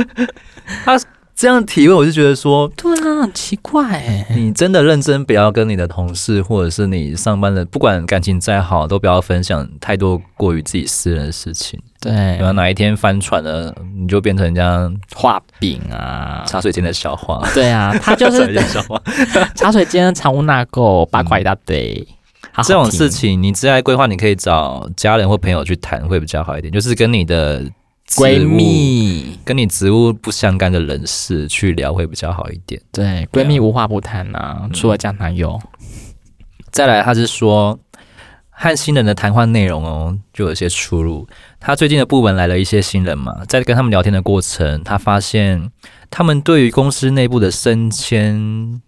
Speaker 1: 这样提问，我就觉得说，
Speaker 2: (laughs) 对啊，很奇怪、欸。
Speaker 1: 你真的认真，不要跟你的同事或者是你上班的，不管感情再好，都不要分享太多过于自己私人的事情。
Speaker 2: 对
Speaker 1: 然，后哪一天翻船了，你就变成人家
Speaker 2: 画饼啊，
Speaker 1: 茶水间的笑话。
Speaker 2: 对啊， (laughs) 他
Speaker 1: (laughs)
Speaker 2: 就
Speaker 1: 茶水
Speaker 2: 是
Speaker 1: 间笑
Speaker 2: (laughs)
Speaker 1: 话。
Speaker 2: 茶水间藏污纳垢，八卦一大堆。好好
Speaker 1: 这种事
Speaker 2: 听
Speaker 1: 情，你职业规划你可以找家人或朋友去谈，会比较好一点。就是跟你的职务
Speaker 2: 闺、蜜，
Speaker 1: 跟你职务不相干的人士去聊会比较好一点。
Speaker 2: 对，
Speaker 1: 对
Speaker 2: 闺
Speaker 1: 啊
Speaker 2: 蜜无话不谈啊，除了讲男友。
Speaker 1: 再来，他是说和新人的谈话内容哦，就有一些出入。他最近的部门来了一些新人嘛，在跟他们聊天的过程，他发现他们对于公司内部的升迁、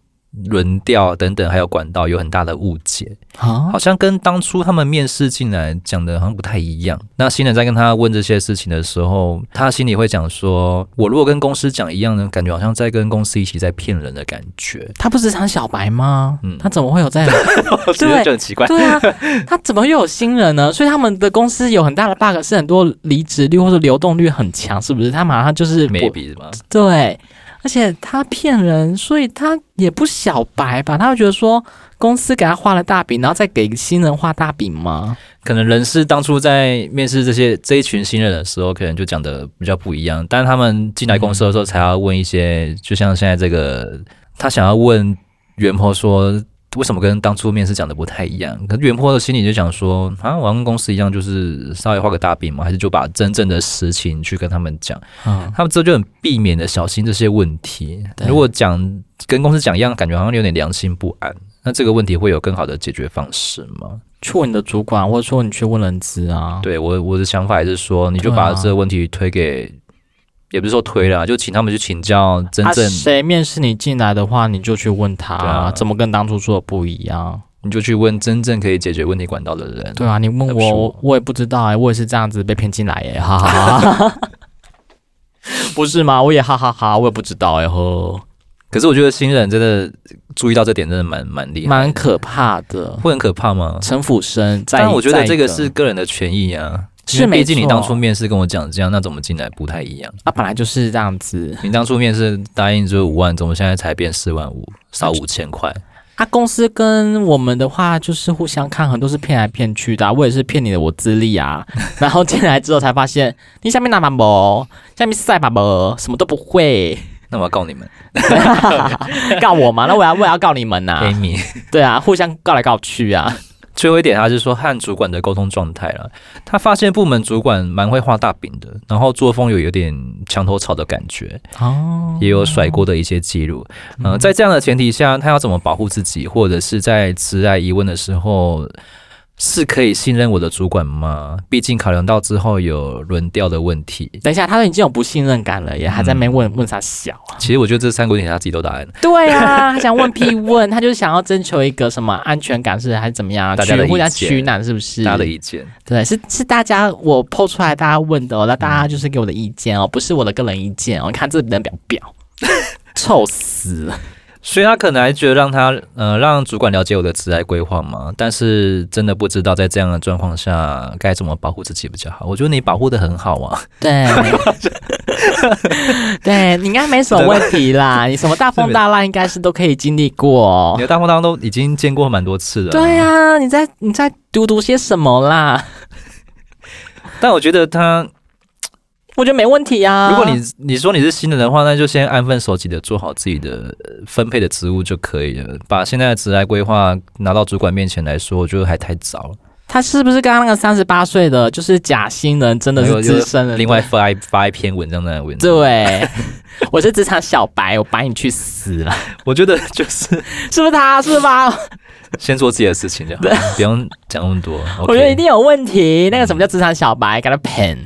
Speaker 1: 轮调等等，还有管道有很大的误解。
Speaker 2: 啊
Speaker 1: 好像跟当初他们面试进来讲的好像不太一样。那新人在跟他问这些事情的时候，他心里会讲说：“我如果跟公司讲一样呢，感觉好像在跟公司一起在骗人的感觉。
Speaker 2: 他不是常小白吗？
Speaker 1: 嗯
Speaker 2: 他怎么会有在？” (laughs)
Speaker 1: 我觉得就很奇怪。
Speaker 2: 对啊，他怎么会有新人呢？所以他们的公司有很大的 bug，是很多离职率或者流动率很强，是不是？他马上就是不
Speaker 1: maybe 吧，
Speaker 2: 对，而且他骗人，所以他也不小白吧？他会觉得说公司给他画了大饼，然后再给新人画大饼吗？
Speaker 1: 可能人事当初在面试这些这一群新人的时候，可能就讲的比较不一样，但他们进来公司的时候才要问一些，就像现在这个，他想要问袁坡说。为什么跟当初面试讲的不太一样？可是袁坡的心里就想说，啊，我要跟公司一样，就是稍微画个大饼嘛，还是就把真正的实情去跟他们讲？
Speaker 2: 嗯，
Speaker 1: 他们这就很避免的小心这些问题。
Speaker 2: 对
Speaker 1: 如果讲跟公司讲一样，感觉好像有点良心不安。那这个问题会有更好的解决方式吗？
Speaker 2: 去问你的主管，或者说你去问人资啊。
Speaker 1: 对我我的想法也是说，你就把
Speaker 2: 对啊
Speaker 1: 这个问题推给，也不是说推啦，就请他们去请教真
Speaker 2: 啊，
Speaker 1: 正，
Speaker 2: 谁面试你进来的话，你就去问他、
Speaker 1: 对啊
Speaker 2: 怎么跟当初做的不一样。
Speaker 1: 你就去问真正可以解决问题管道的人。
Speaker 2: 对啊，你问
Speaker 1: 那不是
Speaker 2: 我，
Speaker 1: 我
Speaker 2: 我我也不知道哎、我也是这样子被骗进来哎、哈哈哈哈。 (laughs) 不是吗？我也哈哈哈，我也不知道哎、呵，
Speaker 1: 可是我觉得新人真的注意到这点，真的蛮蛮厉害，
Speaker 2: 蛮可怕的。
Speaker 1: 会很可怕吗？
Speaker 2: 城府深，在
Speaker 1: 但我觉得
Speaker 2: 在
Speaker 1: 这个
Speaker 2: 的
Speaker 1: 是个人的权益啊，
Speaker 2: 是
Speaker 1: 因为
Speaker 2: 没
Speaker 1: 毕竟你
Speaker 2: 错
Speaker 1: 当初面试跟我讲这样，那怎么进来不太一样？
Speaker 2: 啊，本来就是这样子。
Speaker 1: 你当初面试答应就是五万，怎么现在才变四万五，少五千块？
Speaker 2: 啊，公司跟我们的话就是互相看，很多是骗来骗去的啊、我也是骗你的我资历
Speaker 1: (laughs)
Speaker 2: 啊，然后进来之后才发现，你下面拿把毛，下面晒把毛，什么都不会，
Speaker 1: 那我要告你们、
Speaker 2: 告
Speaker 1: (laughs)
Speaker 2: 我嘛？那我要我也要告你们呐、
Speaker 1: a m y
Speaker 2: 对啊，互相告来告去啊，
Speaker 1: 最后一点，他是说和主管的沟通状态了。他发现部门主管蛮会画大饼的，然后作风有有点墙头草的感觉，
Speaker 2: 哦，
Speaker 1: 也有甩锅的一些记录。嗯、在这样的前提下，他要怎么保护自己，或者是在直来疑问的时候，是可以信任我的主管吗？毕竟考量到之后有轮调的问题。
Speaker 2: 等一下，他都已经有不信任感了耶，
Speaker 1: 嗯
Speaker 2: 还在那边问、问啥小啊？
Speaker 1: 其实我觉得这三个问题他自己都答案了。
Speaker 2: 对啊，他想问屁问，他就是想要征求一个什么安全感是还是怎么样啊，
Speaker 1: 大家的
Speaker 2: 取互
Speaker 1: 意
Speaker 2: 相
Speaker 1: 见
Speaker 2: 取暖是不是？
Speaker 1: 大家的意见，
Speaker 2: 对，是是大家我抛出来大家问的哦，
Speaker 1: 嗯
Speaker 2: 那大家就是给我的意见哦，不是我的个人意见哦。你看这人表
Speaker 1: (laughs)
Speaker 2: 表，臭死了！
Speaker 1: 所以他可能还觉得让他呃让主管了解我的职业规划嘛，但是真的不知道在这样的状况下该怎么保护自己比较好。我觉得你保护的很好啊，
Speaker 2: 对， (laughs) 对你应该没什么问题啦，你什么大风大浪应该是都可以经历过、
Speaker 1: 你
Speaker 2: 哦。
Speaker 1: 的大风大浪都已经见过蛮多次了。
Speaker 2: 对啊，你在你在读读些什么啦？
Speaker 1: 但我觉得他，
Speaker 2: 我觉得没问题啊。
Speaker 1: 如果你你说你是新人的话，那就先安分守己的做好自己的呃分配的职务就可以了。把现在的职业规划拿到主管面前来说，我觉得还太早了。
Speaker 2: 他是不是刚刚那个三十八岁的，就是假新人，真的
Speaker 1: 哎呦
Speaker 2: 是资深人？
Speaker 1: 另外发一发一篇文章在那文，
Speaker 2: 对， (laughs) 我是职场小白，我把你去死了，
Speaker 1: 我觉得就是
Speaker 2: 是不是他？是吧？
Speaker 1: 先做自己的事情就
Speaker 2: (laughs)
Speaker 1: 好，不用讲那么多。
Speaker 2: 我觉得
Speaker 1: OK
Speaker 2: 一定有问题。那个什么叫职场小白，给他 pen。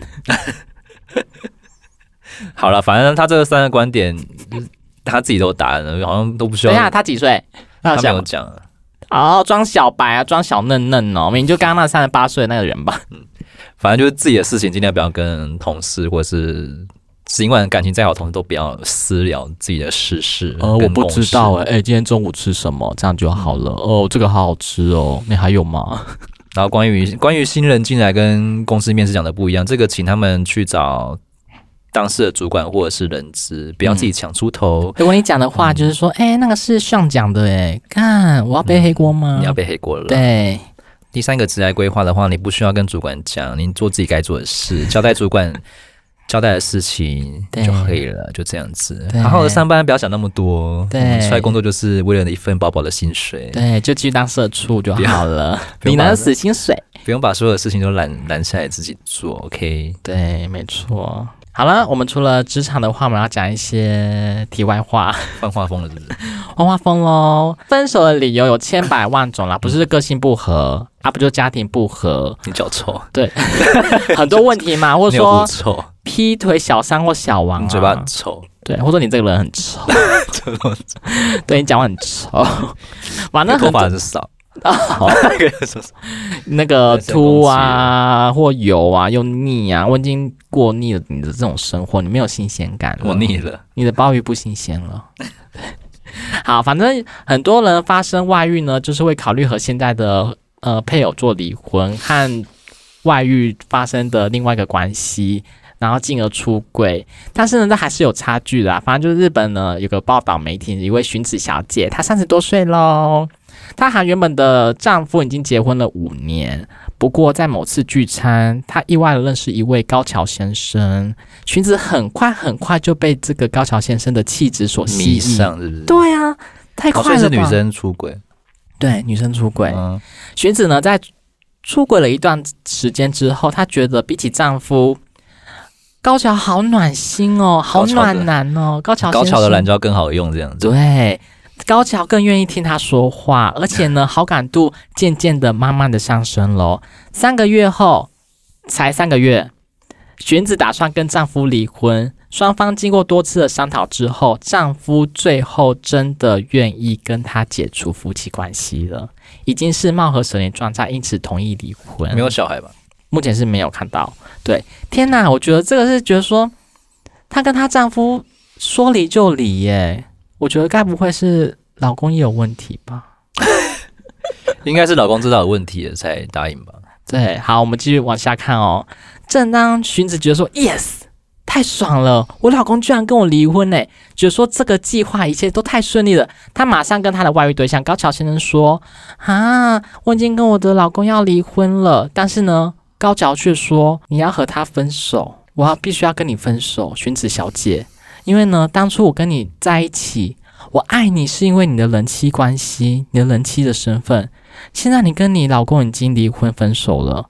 Speaker 1: 好了，反正他这三个观点，他自己都答案了，好像都不需
Speaker 2: 等
Speaker 1: 要
Speaker 2: 一下，他几岁？他
Speaker 1: 他没
Speaker 2: 想
Speaker 1: 有讲啊。
Speaker 2: 哦，装小白啊，装小嫩嫩哦，明明就刚刚那三十八岁的那个人吧。
Speaker 1: 反正就是自己的事情，尽量不要跟同事或者是尽管感情再好，同事都不要私聊自己的私事。跟公事
Speaker 2: 哎、今天中午吃什么？这样就好了。哦，这个好好吃哦，你还有吗？
Speaker 1: 然后关于关于新人进来跟公司面试讲的不一样，这个请他们去找当事的主管或者是人资，不要
Speaker 2: 嗯
Speaker 1: 自己抢出头，
Speaker 2: (laughs) 如果你讲的话就是说，哎、那个是上讲的，哎，看嗯我要背黑锅吗？
Speaker 1: 你要被黑锅了。
Speaker 2: 对，
Speaker 1: 第三个职业规划的话，你不需要跟主管讲，你做自己该做的
Speaker 2: (laughs)
Speaker 1: 事，交代主管交代的事情
Speaker 2: 对
Speaker 1: 就可以了，就这样子。
Speaker 2: 对
Speaker 1: 好好的上班，不要想那么多。
Speaker 2: 对
Speaker 1: 我们出来工作就是为了一份薄薄的薪水，
Speaker 2: 对，就继续当社畜就好 (laughs) 了，
Speaker 1: 不要不
Speaker 2: 你
Speaker 1: 要
Speaker 2: 拿
Speaker 1: 把
Speaker 2: 着死薪水。
Speaker 1: 不用把所有的事情都揽揽下来自己做。OK，
Speaker 2: 对，没错。好了，我们除了职场的话，我们要讲一些题外话，
Speaker 1: 换画风了是不
Speaker 2: (laughs)
Speaker 1: 是？
Speaker 2: 换画风喽。分手的理由有千百万种
Speaker 1: 嗯
Speaker 2: 啦，不是个性不合啊，不就家庭
Speaker 1: (laughs)
Speaker 2: 不合，
Speaker 1: 你脚臭，
Speaker 2: 很多问题嘛，或
Speaker 1: 你
Speaker 2: 者
Speaker 1: 有狐
Speaker 2: 说啊
Speaker 1: 臭，
Speaker 2: 劈腿小三或小王、啊，
Speaker 1: 你嘴巴很臭。
Speaker 2: 对，或者你这个人很丑， (laughs) 对你讲话很
Speaker 1: (laughs)
Speaker 2: 丑，完了
Speaker 1: 你头
Speaker 2: 啊很
Speaker 1: 发
Speaker 2: 多
Speaker 1: 很少，
Speaker 2: 哦
Speaker 1: 我
Speaker 2: 那个
Speaker 1: 那是
Speaker 2: 秃啊或油啊又腻啊，我已经过腻了你的这种生活，你没有新鲜感了，
Speaker 1: 腻了。
Speaker 2: 你的鲍鱼不新鲜了。好，反正很多人发生外遇呢，就是会考虑和现在的呃配偶做离婚和外遇发生的另外一个关系，然后进而出轨。但是呢，这还是有差距的、啊。反正就是日本呢有个报道媒体，一位荀子小姐，她三十多岁喽，她和原本的丈夫已经结婚了五年。不过在某次聚餐，她意外的认识一位高桥先生，裙子很快很快就被这个高桥先生的气质所吸
Speaker 1: 迷
Speaker 2: 引。
Speaker 1: 上是不是？
Speaker 2: 对啊，太
Speaker 1: 哦，
Speaker 2: 快
Speaker 1: 所以
Speaker 2: 了吧、
Speaker 1: 是女生出轨。
Speaker 2: 对女生出轨。
Speaker 1: 嗯
Speaker 2: 荀子呢，在出轨了一段时间之后，她觉得比起丈夫。高桥好暖心哦，好
Speaker 1: 高桥的
Speaker 2: 暖男哦，高桥
Speaker 1: 高
Speaker 2: 先
Speaker 1: 潮的
Speaker 2: 生
Speaker 1: 懒觉更好用，这样子。
Speaker 2: 对，高桥更愿意听他说话，而且
Speaker 1: (laughs)
Speaker 2: 呢，好感度渐渐的、慢慢的上升喽。三个月后，才三个月，荀子打算跟丈夫离婚。双方经过多次的商讨之后，丈夫最后真的愿意跟她解除夫妻关系了，已经是貌合神离状态，因此同意离婚。
Speaker 1: 没有小孩吧？
Speaker 2: 目前是没有看到。对，天哪，我觉得这个是觉得说，她跟她丈夫说离就离耶，我觉得该不会是老公也有问题吧？
Speaker 1: (laughs) 应该是老公知道有问题了才答应吧？
Speaker 2: 对，好，我们继续往下看哦。正当荀子觉得说 yes。太爽了！我老公居然跟我离婚呢，觉得说这个计划一切都太顺利了。她马上跟她的外遇对象高桥先生说：“啊，我已经跟我的老公要离婚了。”但是呢，高桥却说：“你要和他分手，我要必须要跟你分手，荀子小姐。因为呢，当初我跟你在一起，我爱你是因为你的人妻关系，你的人妻的身份。现在你跟你老公已经离婚分手了，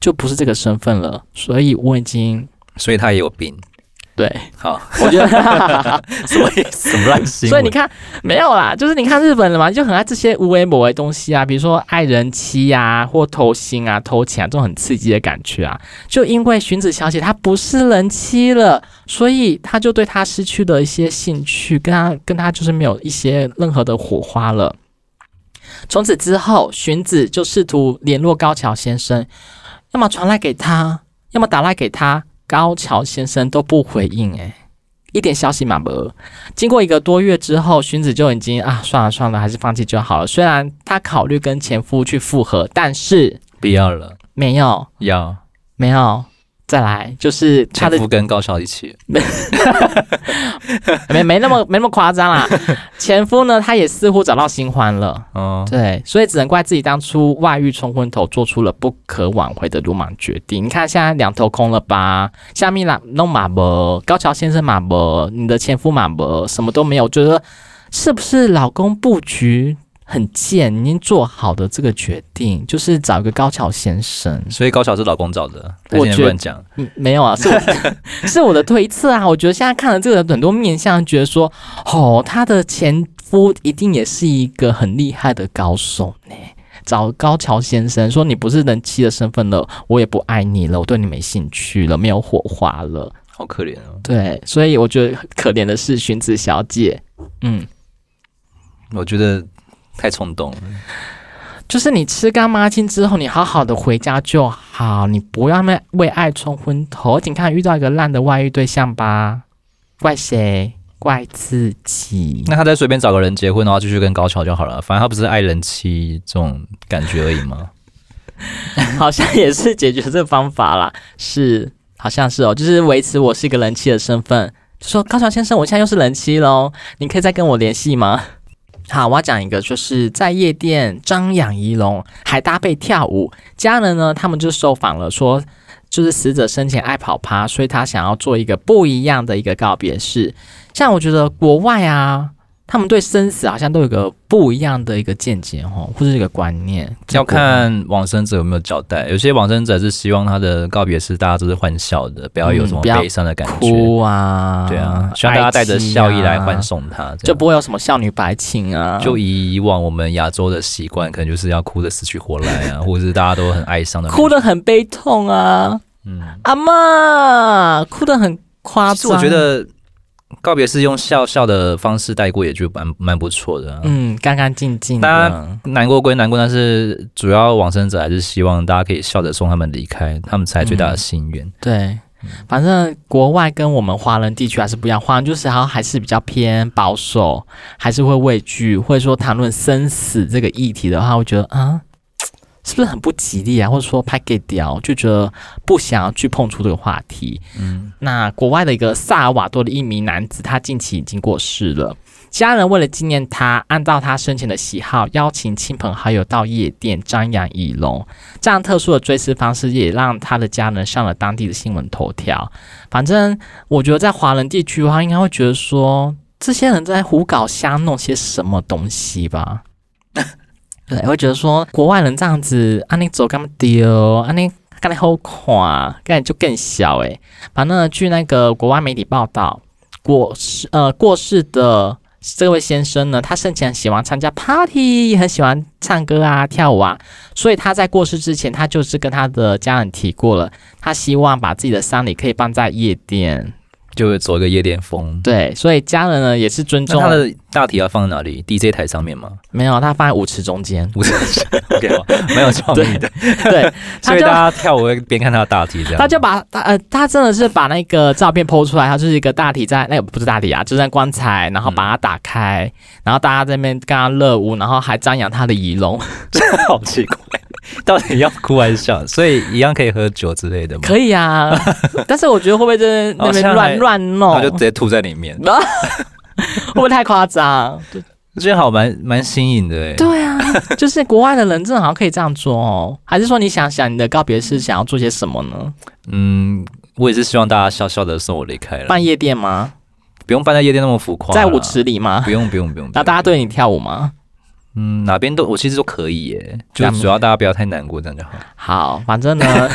Speaker 2: 就不是这个身份了，所以我已经
Speaker 1: 所以他也有病，
Speaker 2: 对，
Speaker 1: 好，
Speaker 2: 我觉得。 (laughs)
Speaker 1: 所以什么烂 (laughs) 新闻？
Speaker 2: 所以你看，没有啦，就是你看日本人嘛，就很爱这些无为某为东西啊，比如说爱人妻呀、或偷腥啊、偷钱啊这种很刺激的感觉啊。就因为荀子小姐她不是人妻了，所以她就对她失去了一些兴趣，跟她跟她就是没有一些任何的火花了。从此之后，荀子就试图联络高桥先生，要么传赖给他，要么打赖给他，高桥先生都不回应、欸，一点消息嘛没有。经过一个多月之后，荀子就已经啊，算了算了，还是放弃就好了。虽然他考虑跟前夫去复合，但是
Speaker 1: 不要了，
Speaker 2: 没有
Speaker 1: 要
Speaker 2: 没有再来，就是他
Speaker 1: 前
Speaker 2: 的
Speaker 1: 夫跟高潮一起，
Speaker 2: 没没那么没那么夸张啦。 (laughs) 前夫呢，他也似乎找到新欢了，
Speaker 1: 嗯，
Speaker 2: 对，所以只能怪自己当初外遇冲昏头，做出了不可挽回的鲁莽决定。你看现在两头空了吧？下面啦弄马博，高桥先生马博，你的前夫马博，什么都没有，觉得是不是老公布局很贱？已经做好的这个决定，就是找一个高桥先生。
Speaker 1: 所以高潮是老公找的，他
Speaker 2: 我
Speaker 1: 现在
Speaker 2: 觉
Speaker 1: 乱讲，
Speaker 2: 嗯，没有啊，是我 (laughs) 是我的推测啊。我觉得现在看了这个很多面相，觉得说，哦，她的前夫一定也是一个很厉害的高手呢。找高桥先生说，你不是人妻的身份了，我也不爱你了，我对你没兴趣了，没有火花了。
Speaker 1: 好可怜哦。
Speaker 2: 对，所以我觉得可怜的是荀子小姐，嗯，
Speaker 1: 我觉得太冲动了，
Speaker 2: 就是你吃干抹净之后，你好好的回家就好，你不要那么为爱冲昏头。你看遇到一个烂的外遇对象吧，怪谁？怪自己。
Speaker 1: 那他再随便找个人结婚，然后继续跟高潮就好了，反正他不是爱人妻这种感觉而已
Speaker 2: (laughs)
Speaker 1: 吗？
Speaker 2: 好像也是解决这方法啦，是，好像是哦，就是维持我是一个人妻的身份。就说高桥先生，我现在又是人妻喽，你可以再跟我联系吗？ (laughs) 好，我要讲一个，就是在夜店张扬仪容，还搭配跳舞。家人呢，他们就受访了，说就是死者生前爱跑趴，所以他想要做一个不一样的一个告别式。像我觉得国外啊，他们对生死好像都有个不一样的一个见解哦，或者一个观念。
Speaker 1: 要看往生者有没有交代，有些往生者是希望他的告别是大家都是欢笑的，不要有什么
Speaker 2: 嗯不要
Speaker 1: 悲伤的感觉。
Speaker 2: 哭啊，
Speaker 1: 对啊，希望大家带着笑意来欢
Speaker 2: 哀泣
Speaker 1: 送他，
Speaker 2: 啊，
Speaker 1: 这
Speaker 2: 就
Speaker 1: 样
Speaker 2: 不会有什么少女白情啊。
Speaker 1: 就以以往我们亚洲的习惯，可能就是要哭的死去活来
Speaker 2: (laughs)
Speaker 1: 啊，或者是大家都很哀伤的感觉
Speaker 2: 哭的很悲痛啊，
Speaker 1: 嗯，
Speaker 2: 阿嬷哭的很夸张。
Speaker 1: 其实我觉，得告别是用笑笑的方式带过，也就蛮蛮不错的、啊。
Speaker 2: 嗯，干干净净
Speaker 1: 大
Speaker 2: 的
Speaker 1: 家。难过归难过，但是主要往生者还是希望大家可以笑着送他们离开，他们才最大的心愿。
Speaker 2: 对，反正国外跟我们华人地区还是不一样，华人就是好像还是比较偏保守，还是会畏惧，或者说谈论生死这个议题的话，会觉得啊。是不是很不吉利啊？或者说拍给掉，就觉得不想要去碰触这个话题。嗯，那国外的一个萨尔瓦多的一名男子，他近期已经过世了。家人为了纪念他，按照他生前的喜好，邀请亲朋好友到夜店张扬仪容。这样特殊的追思方式也让他的家人上了当地的新闻头条。反正我觉得在华人地区的话，应该会觉得说这些人在胡搞瞎弄些什么东西吧。对，会觉得说国外人这样子，啊你走干嘛丢，啊你干嘛好垮，干嘛就更小诶、反正呢据那个国外媒体报道，过世呃过世的这位先生呢，他生前喜欢参加 party，也很喜欢唱歌啊、跳舞啊，所以他在过世之前，他就是跟他的家人提过了，他希望把自己的丧礼可以办在夜店。
Speaker 1: 就会走一个夜店风。
Speaker 2: 对，所以家人呢也是尊
Speaker 1: 那
Speaker 2: 重
Speaker 1: 他的大体要放在哪里？DJ 台上面吗？。
Speaker 2: 没有，他放在舞池中
Speaker 1: (laughs)
Speaker 2: 间 (laughs)
Speaker 1: 不是，OK，好蛮有创意的。
Speaker 2: 对，
Speaker 1: 所
Speaker 2: 他
Speaker 1: 以
Speaker 2: 就
Speaker 1: 大家跳舞会边看他的大体这样。
Speaker 2: 他就把他呃，他真的是把那个照片剖出来，他就是一个大体在那个不是大体啊，就是在棺材，然后把它打开，然后大家在那边跟他热舞，然后还张扬他的仪
Speaker 1: 嗯
Speaker 2: 容，
Speaker 1: (laughs) 好奇怪，到底要哭还是笑？所以一样可以喝酒之类的吗？
Speaker 2: 可以啊。但是我觉得会不会在
Speaker 1: 好
Speaker 2: 那边
Speaker 1: 像还
Speaker 2: 乱乱
Speaker 1: 然
Speaker 2: 弄 (laughs)
Speaker 1: 后，就直接吐在里面，
Speaker 2: 会不会太夸张？
Speaker 1: 我觉得好蛮蛮新颖的哎。
Speaker 2: 对啊，就是国外的人正好像可以这样做哦。还是说你想想你的告别式想要做些什么呢？
Speaker 1: 嗯，我也是希望大家笑笑的送我离开了，
Speaker 2: 办夜店吗？
Speaker 1: 不用办在夜店那么浮夸啦，
Speaker 2: 在舞池里吗？
Speaker 1: 不用不用不用，不用
Speaker 2: 那大家对你跳舞吗？
Speaker 1: 嗯，哪边都我其实都可以耶，就
Speaker 2: 两
Speaker 1: 主要大家不要太难过，这样就好。
Speaker 2: 好，反正呢，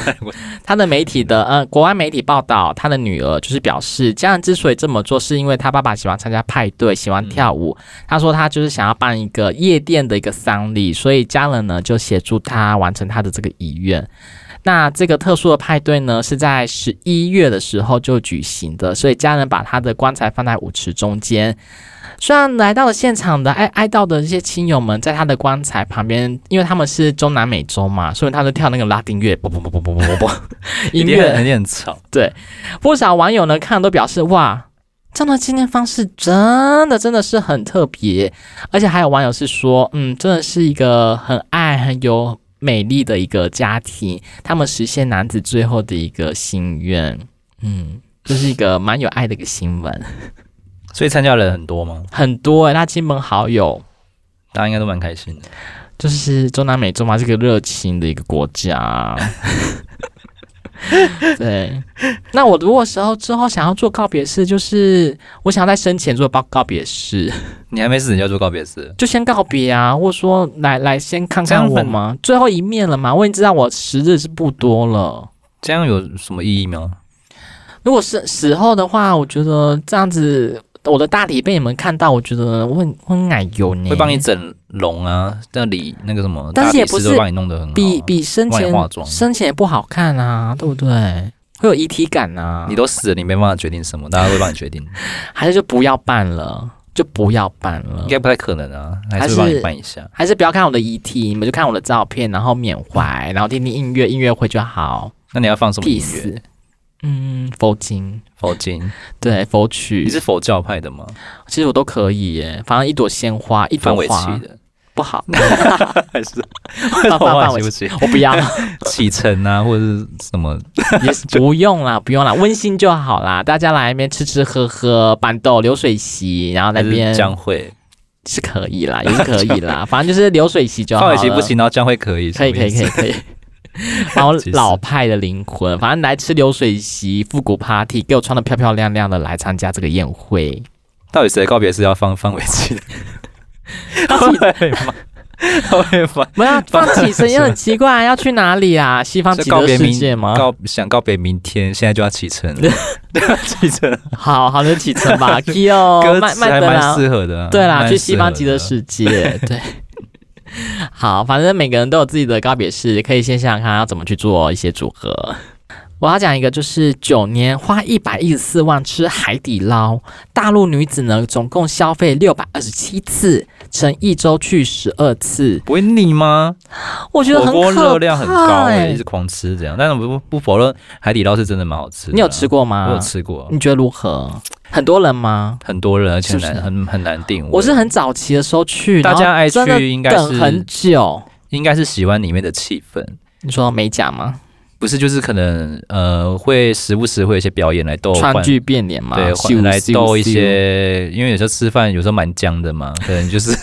Speaker 2: 他的媒体的呃，国外媒体报道，他的女儿就是表示，家人之所以这么做，是因为他爸爸喜欢参加派对，喜欢跳舞。他说他就是想要办一个夜店的一个丧礼，所以家人呢就协助他完成他的这个遗愿。那这个特殊的派对呢，是在十一月的时候就举行的，所以家人把他的棺材放在舞池中间。虽然来到了现场的哀哀悼的这些亲友们，在他的棺材旁边，因为他们是中南美洲嘛，所以他们跳那个拉丁乐，啵啵啵啵啵啵啵啵，音
Speaker 1: (laughs) 一定很
Speaker 2: 乐。
Speaker 1: 一定很吵，
Speaker 2: 不少网友呢看了都表示，哇，这样的纪念方式真的真的是很特别，而且还有网友是说，嗯，真的是一个很爱很有美丽的一个家庭，他们实现男子最后的一个心愿，嗯。这是一个蛮有爱的一个新闻，
Speaker 1: 所以参加的人很多吗？
Speaker 2: 很多、欸、他亲朋好友
Speaker 1: 大家应该都蛮开心的。
Speaker 2: 就是中南美洲嘛，这个热情的一个国
Speaker 1: (laughs)
Speaker 2: 家。对，那我如果时候之后想要做告别式，就是我想要在生前做告告别式， (laughs)
Speaker 1: 你还没死，你就要做告别式，
Speaker 2: 就先告别啊，或者说来来先看
Speaker 1: 这
Speaker 2: 看
Speaker 1: 样
Speaker 2: 我
Speaker 1: 很
Speaker 2: 嘛，最后一面了嘛，我已经知道我时日是不多了。
Speaker 1: 这样有什么意义吗？
Speaker 2: 如果是死后的话，我觉得这样子，我的大体被你们看到，我觉得我很我很奶油呢，
Speaker 1: 会帮你整容啊，那里那个什么，
Speaker 2: 但是也
Speaker 1: 大理
Speaker 2: 不
Speaker 1: 石
Speaker 2: 是
Speaker 1: 都帮你弄得很好啊、
Speaker 2: 比比生
Speaker 1: 帮
Speaker 2: 前
Speaker 1: 你化妆
Speaker 2: 生前也不好看啊，对不对？会有遗体感啊。嗯
Speaker 1: 你都死了，你没办法决定什么，大家会帮你决
Speaker 2: (laughs)
Speaker 1: 定，
Speaker 2: 还是就不要办了，就不要办了
Speaker 1: 应，该不太可能啊，还
Speaker 2: 还
Speaker 1: 是
Speaker 2: 是
Speaker 1: 会帮你办一下。
Speaker 2: 还是不要看我的遗体，你们就看我的照片，然后缅怀，然后听听音乐，音乐会就好。
Speaker 1: 那你要放什么音乐？
Speaker 2: peace，嗯，佛经，
Speaker 1: 佛经，
Speaker 2: 对，佛
Speaker 1: 你
Speaker 2: 曲，
Speaker 1: 是佛教派的吗？
Speaker 2: 其实我都可以耶，反正一朵鲜花，一朵
Speaker 1: 范玮琪
Speaker 2: 花
Speaker 1: 的，
Speaker 2: 不好，
Speaker 1: 还是
Speaker 2: 放放范
Speaker 1: (laughs) 范
Speaker 2: 围
Speaker 1: 玮琪？(laughs)
Speaker 2: 我不要，
Speaker 1: 启程啊，或者是什么？
Speaker 2: 也是不用啦，不用啦，温馨就好啦，大家来那边吃吃喝喝，板豆流水席，然后那
Speaker 1: 还是
Speaker 2: 边
Speaker 1: 江蕙？
Speaker 2: 是可以啦，也是可以啦，反正就是流水席就好
Speaker 1: 范
Speaker 2: 了。
Speaker 1: 玮琪不行，然后江蕙可以，
Speaker 2: 可以可以可
Speaker 1: 以。
Speaker 2: 以可以。 (laughs) 然后
Speaker 1: 其实
Speaker 2: 老派的灵魂，反正来吃流水席、复古 party，给我穿的漂漂亮亮的来参加这个
Speaker 1: (laughs)
Speaker 2: 宴会。
Speaker 1: 到底谁的告别是要放 (laughs) 范玮琪的？ (laughs) 他会吗？他会吗？
Speaker 2: 没有啊 (laughs) 放起身也很奇怪，要去哪里啊？西方
Speaker 1: 这
Speaker 2: 极
Speaker 1: 告
Speaker 2: 乐
Speaker 1: 别
Speaker 2: 世
Speaker 1: 明
Speaker 2: 界吗？
Speaker 1: 告想告别明天，现在就要启程
Speaker 2: (laughs)
Speaker 1: 了，启程。
Speaker 2: 好好的启
Speaker 1: (laughs)
Speaker 2: 程吧，Kyo
Speaker 1: 歌
Speaker 2: 哦麦
Speaker 1: 词
Speaker 2: 麦
Speaker 1: 还
Speaker 2: 德
Speaker 1: 蛮
Speaker 2: 拉，
Speaker 1: 适合的啊。
Speaker 2: 对啦，
Speaker 1: 蛮
Speaker 2: 去西
Speaker 1: 适
Speaker 2: 方
Speaker 1: 合
Speaker 2: 极乐
Speaker 1: 的
Speaker 2: 世
Speaker 1: (laughs)
Speaker 2: 界，对。好，反正每个人都有自己的告别式，可以先想想看要怎么去做一些组合。我要讲一个，就是九年花一百一十四万吃海底捞，大陆女子呢总共消费六百二十七次，乘一周去十二次，
Speaker 1: 不会腻吗？
Speaker 2: 我觉得
Speaker 1: 火
Speaker 2: 很
Speaker 1: 锅
Speaker 2: 可欸
Speaker 1: 热量很高
Speaker 2: 怕
Speaker 1: 哎、
Speaker 2: 欸
Speaker 1: 一直狂吃这样。但是我不不否认海底捞是真的蛮好吃的啊、
Speaker 2: 你有吃过吗？
Speaker 1: 我有，吃过啊，
Speaker 2: 你觉得如何？很多人吗？
Speaker 1: 很多人，而且很难
Speaker 2: 是不是
Speaker 1: 很很难定位。
Speaker 2: 我是很早期的时候去，
Speaker 1: 大家
Speaker 2: 然后
Speaker 1: 爱
Speaker 2: 真的
Speaker 1: 去应该
Speaker 2: 等
Speaker 1: 是
Speaker 2: 很久。
Speaker 1: 应该是喜欢里面的气氛，
Speaker 2: 你说美甲吗？
Speaker 1: 不是就是可能呃会时不时会有一些表演来逗换
Speaker 2: 川剧变脸吗？
Speaker 1: 哦对，
Speaker 2: 咻
Speaker 1: 换来
Speaker 2: 咻
Speaker 1: 逗一
Speaker 2: 咻
Speaker 1: 些，因为有时候吃饭有时候蛮僵的
Speaker 2: (laughs)
Speaker 1: 嘛，可能就是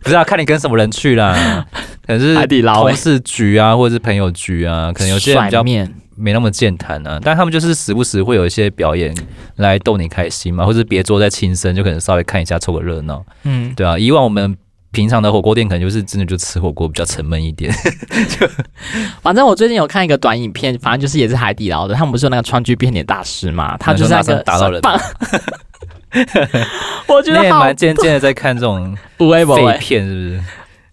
Speaker 1: 不是啊，看你跟什么人去啦，可能是
Speaker 2: 海底捞欸
Speaker 1: 同事局啊，或者是朋友局啊，可能有些人比较
Speaker 2: 甩面
Speaker 1: 没那么健谈啊，但他们就是时不时会有一些表演来逗你开心嘛，或者是别桌在轻声，就可能稍微看一下凑个热闹，
Speaker 2: 嗯，
Speaker 1: 对啊。以往我们平常的火锅店可能就是真的就吃火锅比较沉闷一点，
Speaker 2: 反正我最近有看一个短影片，反正就是也是海底捞的，他们不是有那个川剧变脸大师嘛， (laughs)
Speaker 1: (laughs)
Speaker 2: 他就是那
Speaker 1: 那时候拿
Speaker 2: 个
Speaker 1: 打到人
Speaker 2: 棒， (laughs) 我觉
Speaker 1: 你也
Speaker 2: 得好
Speaker 1: 蛮渐渐的在看这
Speaker 2: (laughs)
Speaker 1: 种
Speaker 2: 不微不
Speaker 1: 废
Speaker 2: 微，
Speaker 1: 片是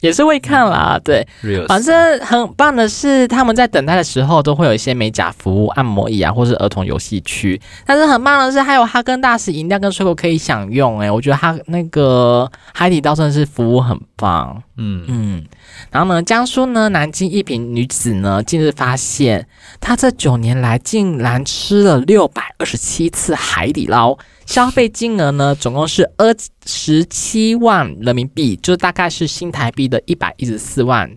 Speaker 2: 也是会看啦，对，
Speaker 1: 不是？real
Speaker 2: 反正很棒的是，他们在等待的时候都会有一些美甲服务、按摩椅啊，或是儿童游戏区。但是很棒的是，还有哈根达斯饮料跟水果可以享用、欸。诶，我觉得哈那个海底捞真的是服务很棒。
Speaker 1: 嗯，
Speaker 2: 嗯，然后呢，江苏呢南京一品女子呢近日发现，她这九年来竟然吃了六百二十七次海底捞，消费金额呢总共是二十七万人民币，就是大概是新台币的一百一十四万。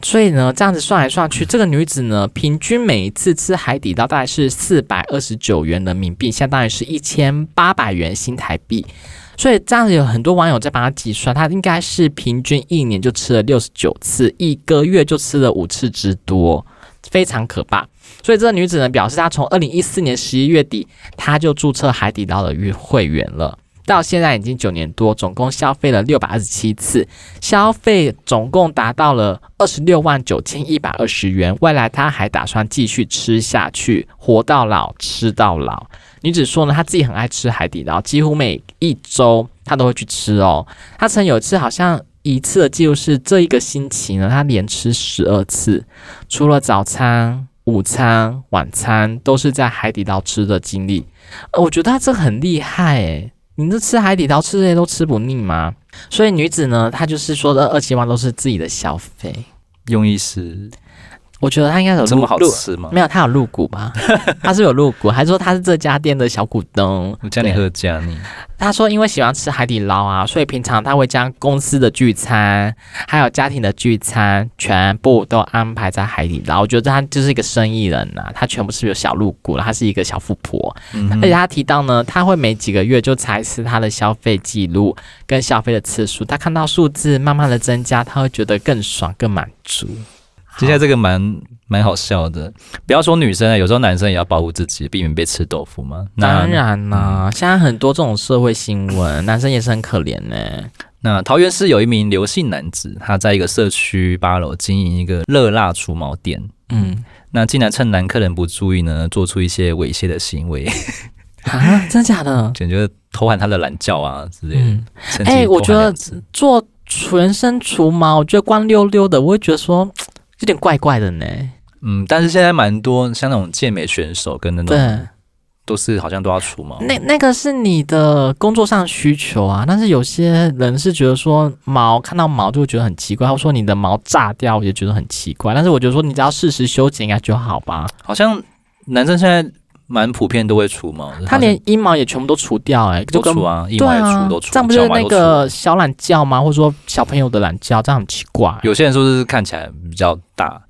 Speaker 2: 所以呢，这样子算来算去，这个女子呢，平均每一次吃海底捞大概是四百二十九元人民币，相当于是一千八百元新台币。所以这样子有很多网友在帮他计算，他应该是平均一年就吃了六十九次，一个月就吃了五次之多，非常可怕。所以这个女子呢表示，她从二零一四年十一月底，她就注册海底捞的会员了。到现在已经九年多，总共消费了六百二十七次，消费总共达到了二十六万九千一百二十元。未来他还打算继续吃下去，活到老，吃到老。女子说呢，她自己很爱吃海底捞，几乎每一周她都会去吃哦。她曾有一次好像一次的记录是这一个星期呢，她连吃十二次，除了早餐、午餐、晚餐都是在海底捞吃的经历。呃我觉得她这很厉害诶，你这吃海底捞吃这些都吃不腻吗？所以女子呢，她就是说的二七万都是自己的消费。
Speaker 1: 用意是
Speaker 2: 我觉得她应该有
Speaker 1: 这么好
Speaker 2: 录
Speaker 1: 吃啊吗？
Speaker 2: 没有，她有入股吧？她是有入股，还说她是这家店的小股东。
Speaker 1: 我叫你喝加你，
Speaker 2: 他说，因为喜欢吃海底捞啊，所以平常他会将公司的聚餐，还有家庭的聚餐，全部都安排在海底捞。我觉得他就是一个生意人呐、他全部是有小入股啦，他是一个小富婆。
Speaker 1: 嗯
Speaker 2: 而且他提到呢，他会每几个月就查一次他的消费记录跟消费的次数，他看到数字慢慢的增加，他会觉得更爽、更满足。
Speaker 1: 接下来这个蛮蛮好笑的，不要说女生啊，有时候男生也要保护自己，避免被吃豆腐嘛。那
Speaker 2: 当然啦、现在很多这种社会新闻，男生也是很可怜呢、
Speaker 1: 那桃园市有一名刘姓男子，他在一个社区八楼经营一个热辣除毛店。
Speaker 2: 嗯，
Speaker 1: 那竟然趁男客人不注意呢，做出一些猥亵的行为， (laughs)
Speaker 2: 啊，真的假的？
Speaker 1: 简直就是偷喊他的懒觉啊之类的
Speaker 2: 嗯。。
Speaker 1: 趁机
Speaker 2: 哎、我
Speaker 1: 偷
Speaker 2: 觉
Speaker 1: 喊
Speaker 2: 得
Speaker 1: 两次
Speaker 2: 做全身除毛，我觉得光溜溜的，我会觉得说有点怪怪的呢。
Speaker 1: 嗯，但是现在蛮多像那种健美选手跟那种
Speaker 2: 对，
Speaker 1: 都是好像都要除毛。
Speaker 2: 那那个是你的工作上需求啊，但是有些人是觉得说毛看到毛就会觉得很奇怪，或说你的毛炸掉也觉得很奇怪。但是我觉得说你只要适时修剪应该就好吧。
Speaker 1: 好像男生现在蛮普遍都会除毛的，
Speaker 2: 他连阴毛也全部都除掉、哎，就
Speaker 1: 都
Speaker 2: 跟
Speaker 1: 除啊，一
Speaker 2: 对
Speaker 1: 毛也
Speaker 2: 啊
Speaker 1: 除都，除，
Speaker 2: 这样不
Speaker 1: 脚
Speaker 2: 是
Speaker 1: 毛也都
Speaker 2: 那
Speaker 1: 除
Speaker 2: 个小懒觉吗？或者说小朋友的懒觉，这样很奇怪、
Speaker 1: 有些人说是看起来比较大，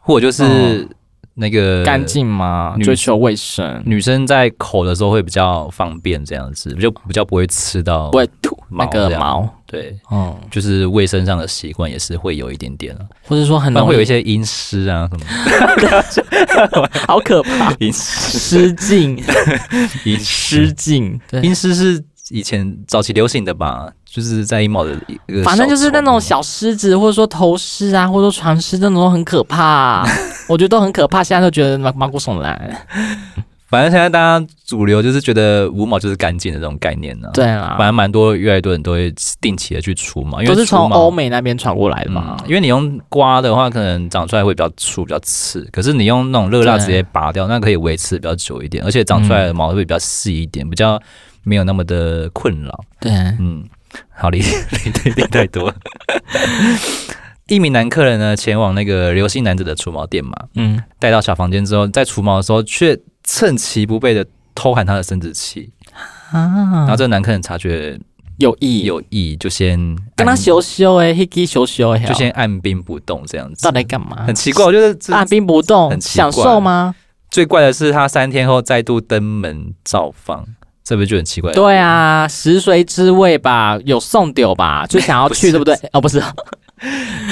Speaker 1: 或者就是
Speaker 2: 嗯
Speaker 1: 那个
Speaker 2: 干。净吗？
Speaker 1: 女
Speaker 2: 追求卫生，
Speaker 1: 女生在口的时候会比较方便，这样子就比较不会吃到
Speaker 2: 不会吐
Speaker 1: 毛
Speaker 2: 那
Speaker 1: 这
Speaker 2: 个
Speaker 1: 样
Speaker 2: 毛。
Speaker 1: 对，
Speaker 2: 嗯，
Speaker 1: 就是卫生上的习惯也是会有一点点了，
Speaker 2: 或者说很
Speaker 1: 不
Speaker 2: 容
Speaker 1: 然
Speaker 2: 易
Speaker 1: 会有一些阴湿啊什么的
Speaker 2: (laughs) 好可怕，
Speaker 1: 阴湿 (laughs)
Speaker 2: 失禁，
Speaker 1: 阴
Speaker 2: 失
Speaker 1: 湿
Speaker 2: 禁，对，
Speaker 1: 阴湿是以前早期流行的吧，就是在阴毛的一个，啊
Speaker 2: 反正就是那种。小狮子，或者说头狮啊，或者说船狮，那种都很可怕、 (laughs) 我觉得都很可怕，现在都觉得毛毛骨悚然。
Speaker 1: 反正现在大家主流就是觉得无毛就是干净的这种概念呢、
Speaker 2: 对
Speaker 1: 反
Speaker 2: 啦，
Speaker 1: 正蛮多越来越多人都会定期的去除毛，因为
Speaker 2: 都是
Speaker 1: 除
Speaker 2: 从
Speaker 1: 毛
Speaker 2: 欧美那边传过来的嘛
Speaker 1: 嗯。因为你用刮的话，可能长出来会比较粗、比较刺。可是你用那种热蜡
Speaker 2: 对
Speaker 1: 直接拔掉，那可以维持比较久一点，而且长出来的毛会比较细一点，比较没有那么的困扰。
Speaker 2: 对，
Speaker 1: 嗯，好， (laughs) 离离对点太多了。一名男客人呢，前往那个刘姓男子的除毛店嘛，
Speaker 2: 嗯，
Speaker 1: 带到小房间之后，在除毛的时候，却趁其不备的偷喊他的生殖器，
Speaker 2: 嗯
Speaker 1: 然
Speaker 2: 啊，
Speaker 1: 后这个男客人察觉
Speaker 2: 有意
Speaker 1: 有异，就先
Speaker 2: 跟他
Speaker 1: 按
Speaker 2: 羞羞哎，Hiki 羞羞哎，
Speaker 1: 就先按兵不动这样子
Speaker 2: 到，底啊干嘛
Speaker 1: 很？奇怪，我觉得这
Speaker 2: 按兵不
Speaker 1: 很
Speaker 2: 动，
Speaker 1: 奇怪
Speaker 2: 享受吗？
Speaker 1: 最怪的是，他三天后再度登门造访，这不是就很奇怪？
Speaker 2: 对，啊，食髓知味吧，有送丢吧，就想要
Speaker 1: 不
Speaker 2: 去，
Speaker 1: 是
Speaker 2: 对不对？哦，不是，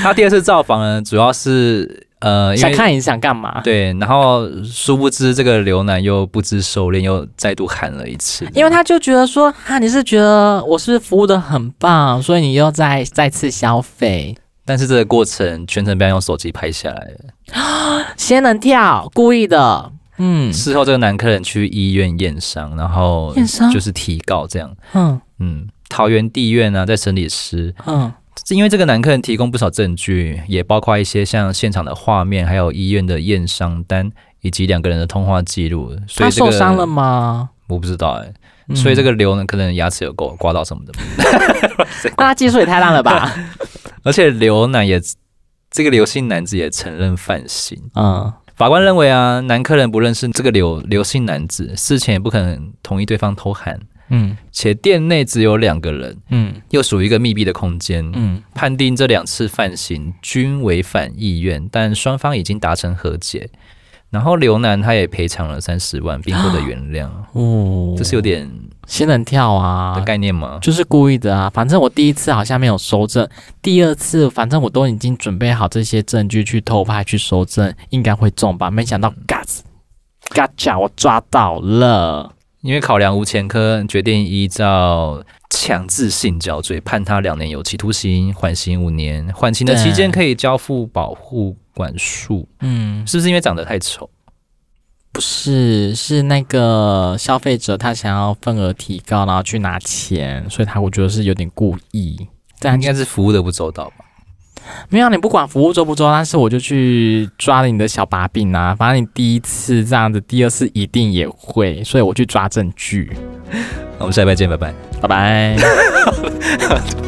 Speaker 1: 他第二次造访呢，主要是呃，因
Speaker 2: 想
Speaker 1: 为
Speaker 2: 看你想干嘛？
Speaker 1: 对，然后殊不知这个刘楠又不知收敛，又再度喊了一次，
Speaker 2: 因为他就觉得说，哈，你是觉得我是不是服务的很棒，所以你又再再次消费，
Speaker 1: 但是这个过程全程被他用手机拍下来了。
Speaker 2: 仙人跳，故意的，嗯
Speaker 1: 事后，这个男客人去医院验伤，然后
Speaker 2: 验伤
Speaker 1: 就是提告这样。
Speaker 2: 嗯
Speaker 1: 嗯，桃园地院呢、在审理时，
Speaker 2: 嗯，
Speaker 1: 是因为这个男客人提供不少证据，也包括一些像现场的画面，还有医院的验伤单，以及两个人的通话记录。所
Speaker 2: 他
Speaker 1: 以这个
Speaker 2: 受伤了吗？
Speaker 1: 我不知道哎、
Speaker 2: 嗯
Speaker 1: 所以这个瘤呢，可能牙齿有刮刮到什么的。
Speaker 2: 嗯那他技术也太烂
Speaker 1: (laughs)
Speaker 2: 了吧？
Speaker 1: 而且刘男也，这个刘姓男子也承认犯行。
Speaker 2: 嗯，
Speaker 1: 法官认为啊，男客人不认识这个刘刘姓男子，事前也不可能同意对方偷喊，
Speaker 2: 嗯
Speaker 1: 且店内只有两个人，
Speaker 2: 嗯
Speaker 1: 又属于一个密闭的空间。
Speaker 2: 嗯，
Speaker 1: 判定这两次犯行均违反意愿，但双方已经达成和解。然后刘楠他也赔偿了三十万，并获得原谅，
Speaker 2: (gasps) 哦
Speaker 1: 这，是有点
Speaker 2: 仙人跳
Speaker 1: 的
Speaker 2: 啊。
Speaker 1: 概念吗？
Speaker 2: 就是故意的啊！反正我第一次好像没有收证，第二次反正我都已经准备好这些证据去偷拍、去收证，应该会中吧？没想到，嘎子，嘎嚓，我抓到了！
Speaker 1: 因为考量无前科，决定依照强制性交罪判他两年有期徒刑，缓刑五年。缓刑的期间可以交付保护管束，
Speaker 2: 嗯，
Speaker 1: 是不是因为长得太丑？
Speaker 2: 不是，是那个消费者他想要份额提高，然后去拿钱，所以他我觉得是有点故意。
Speaker 1: 应
Speaker 2: 但
Speaker 1: 该是服务的不周到吧？
Speaker 2: 没有，你不管服务周不周，但是我就去抓了你的小把柄啊！反正你第一次这样子，第二次一定也会，所以我去抓证据。
Speaker 1: 那我们下礼拜见，拜拜。
Speaker 2: 拜拜。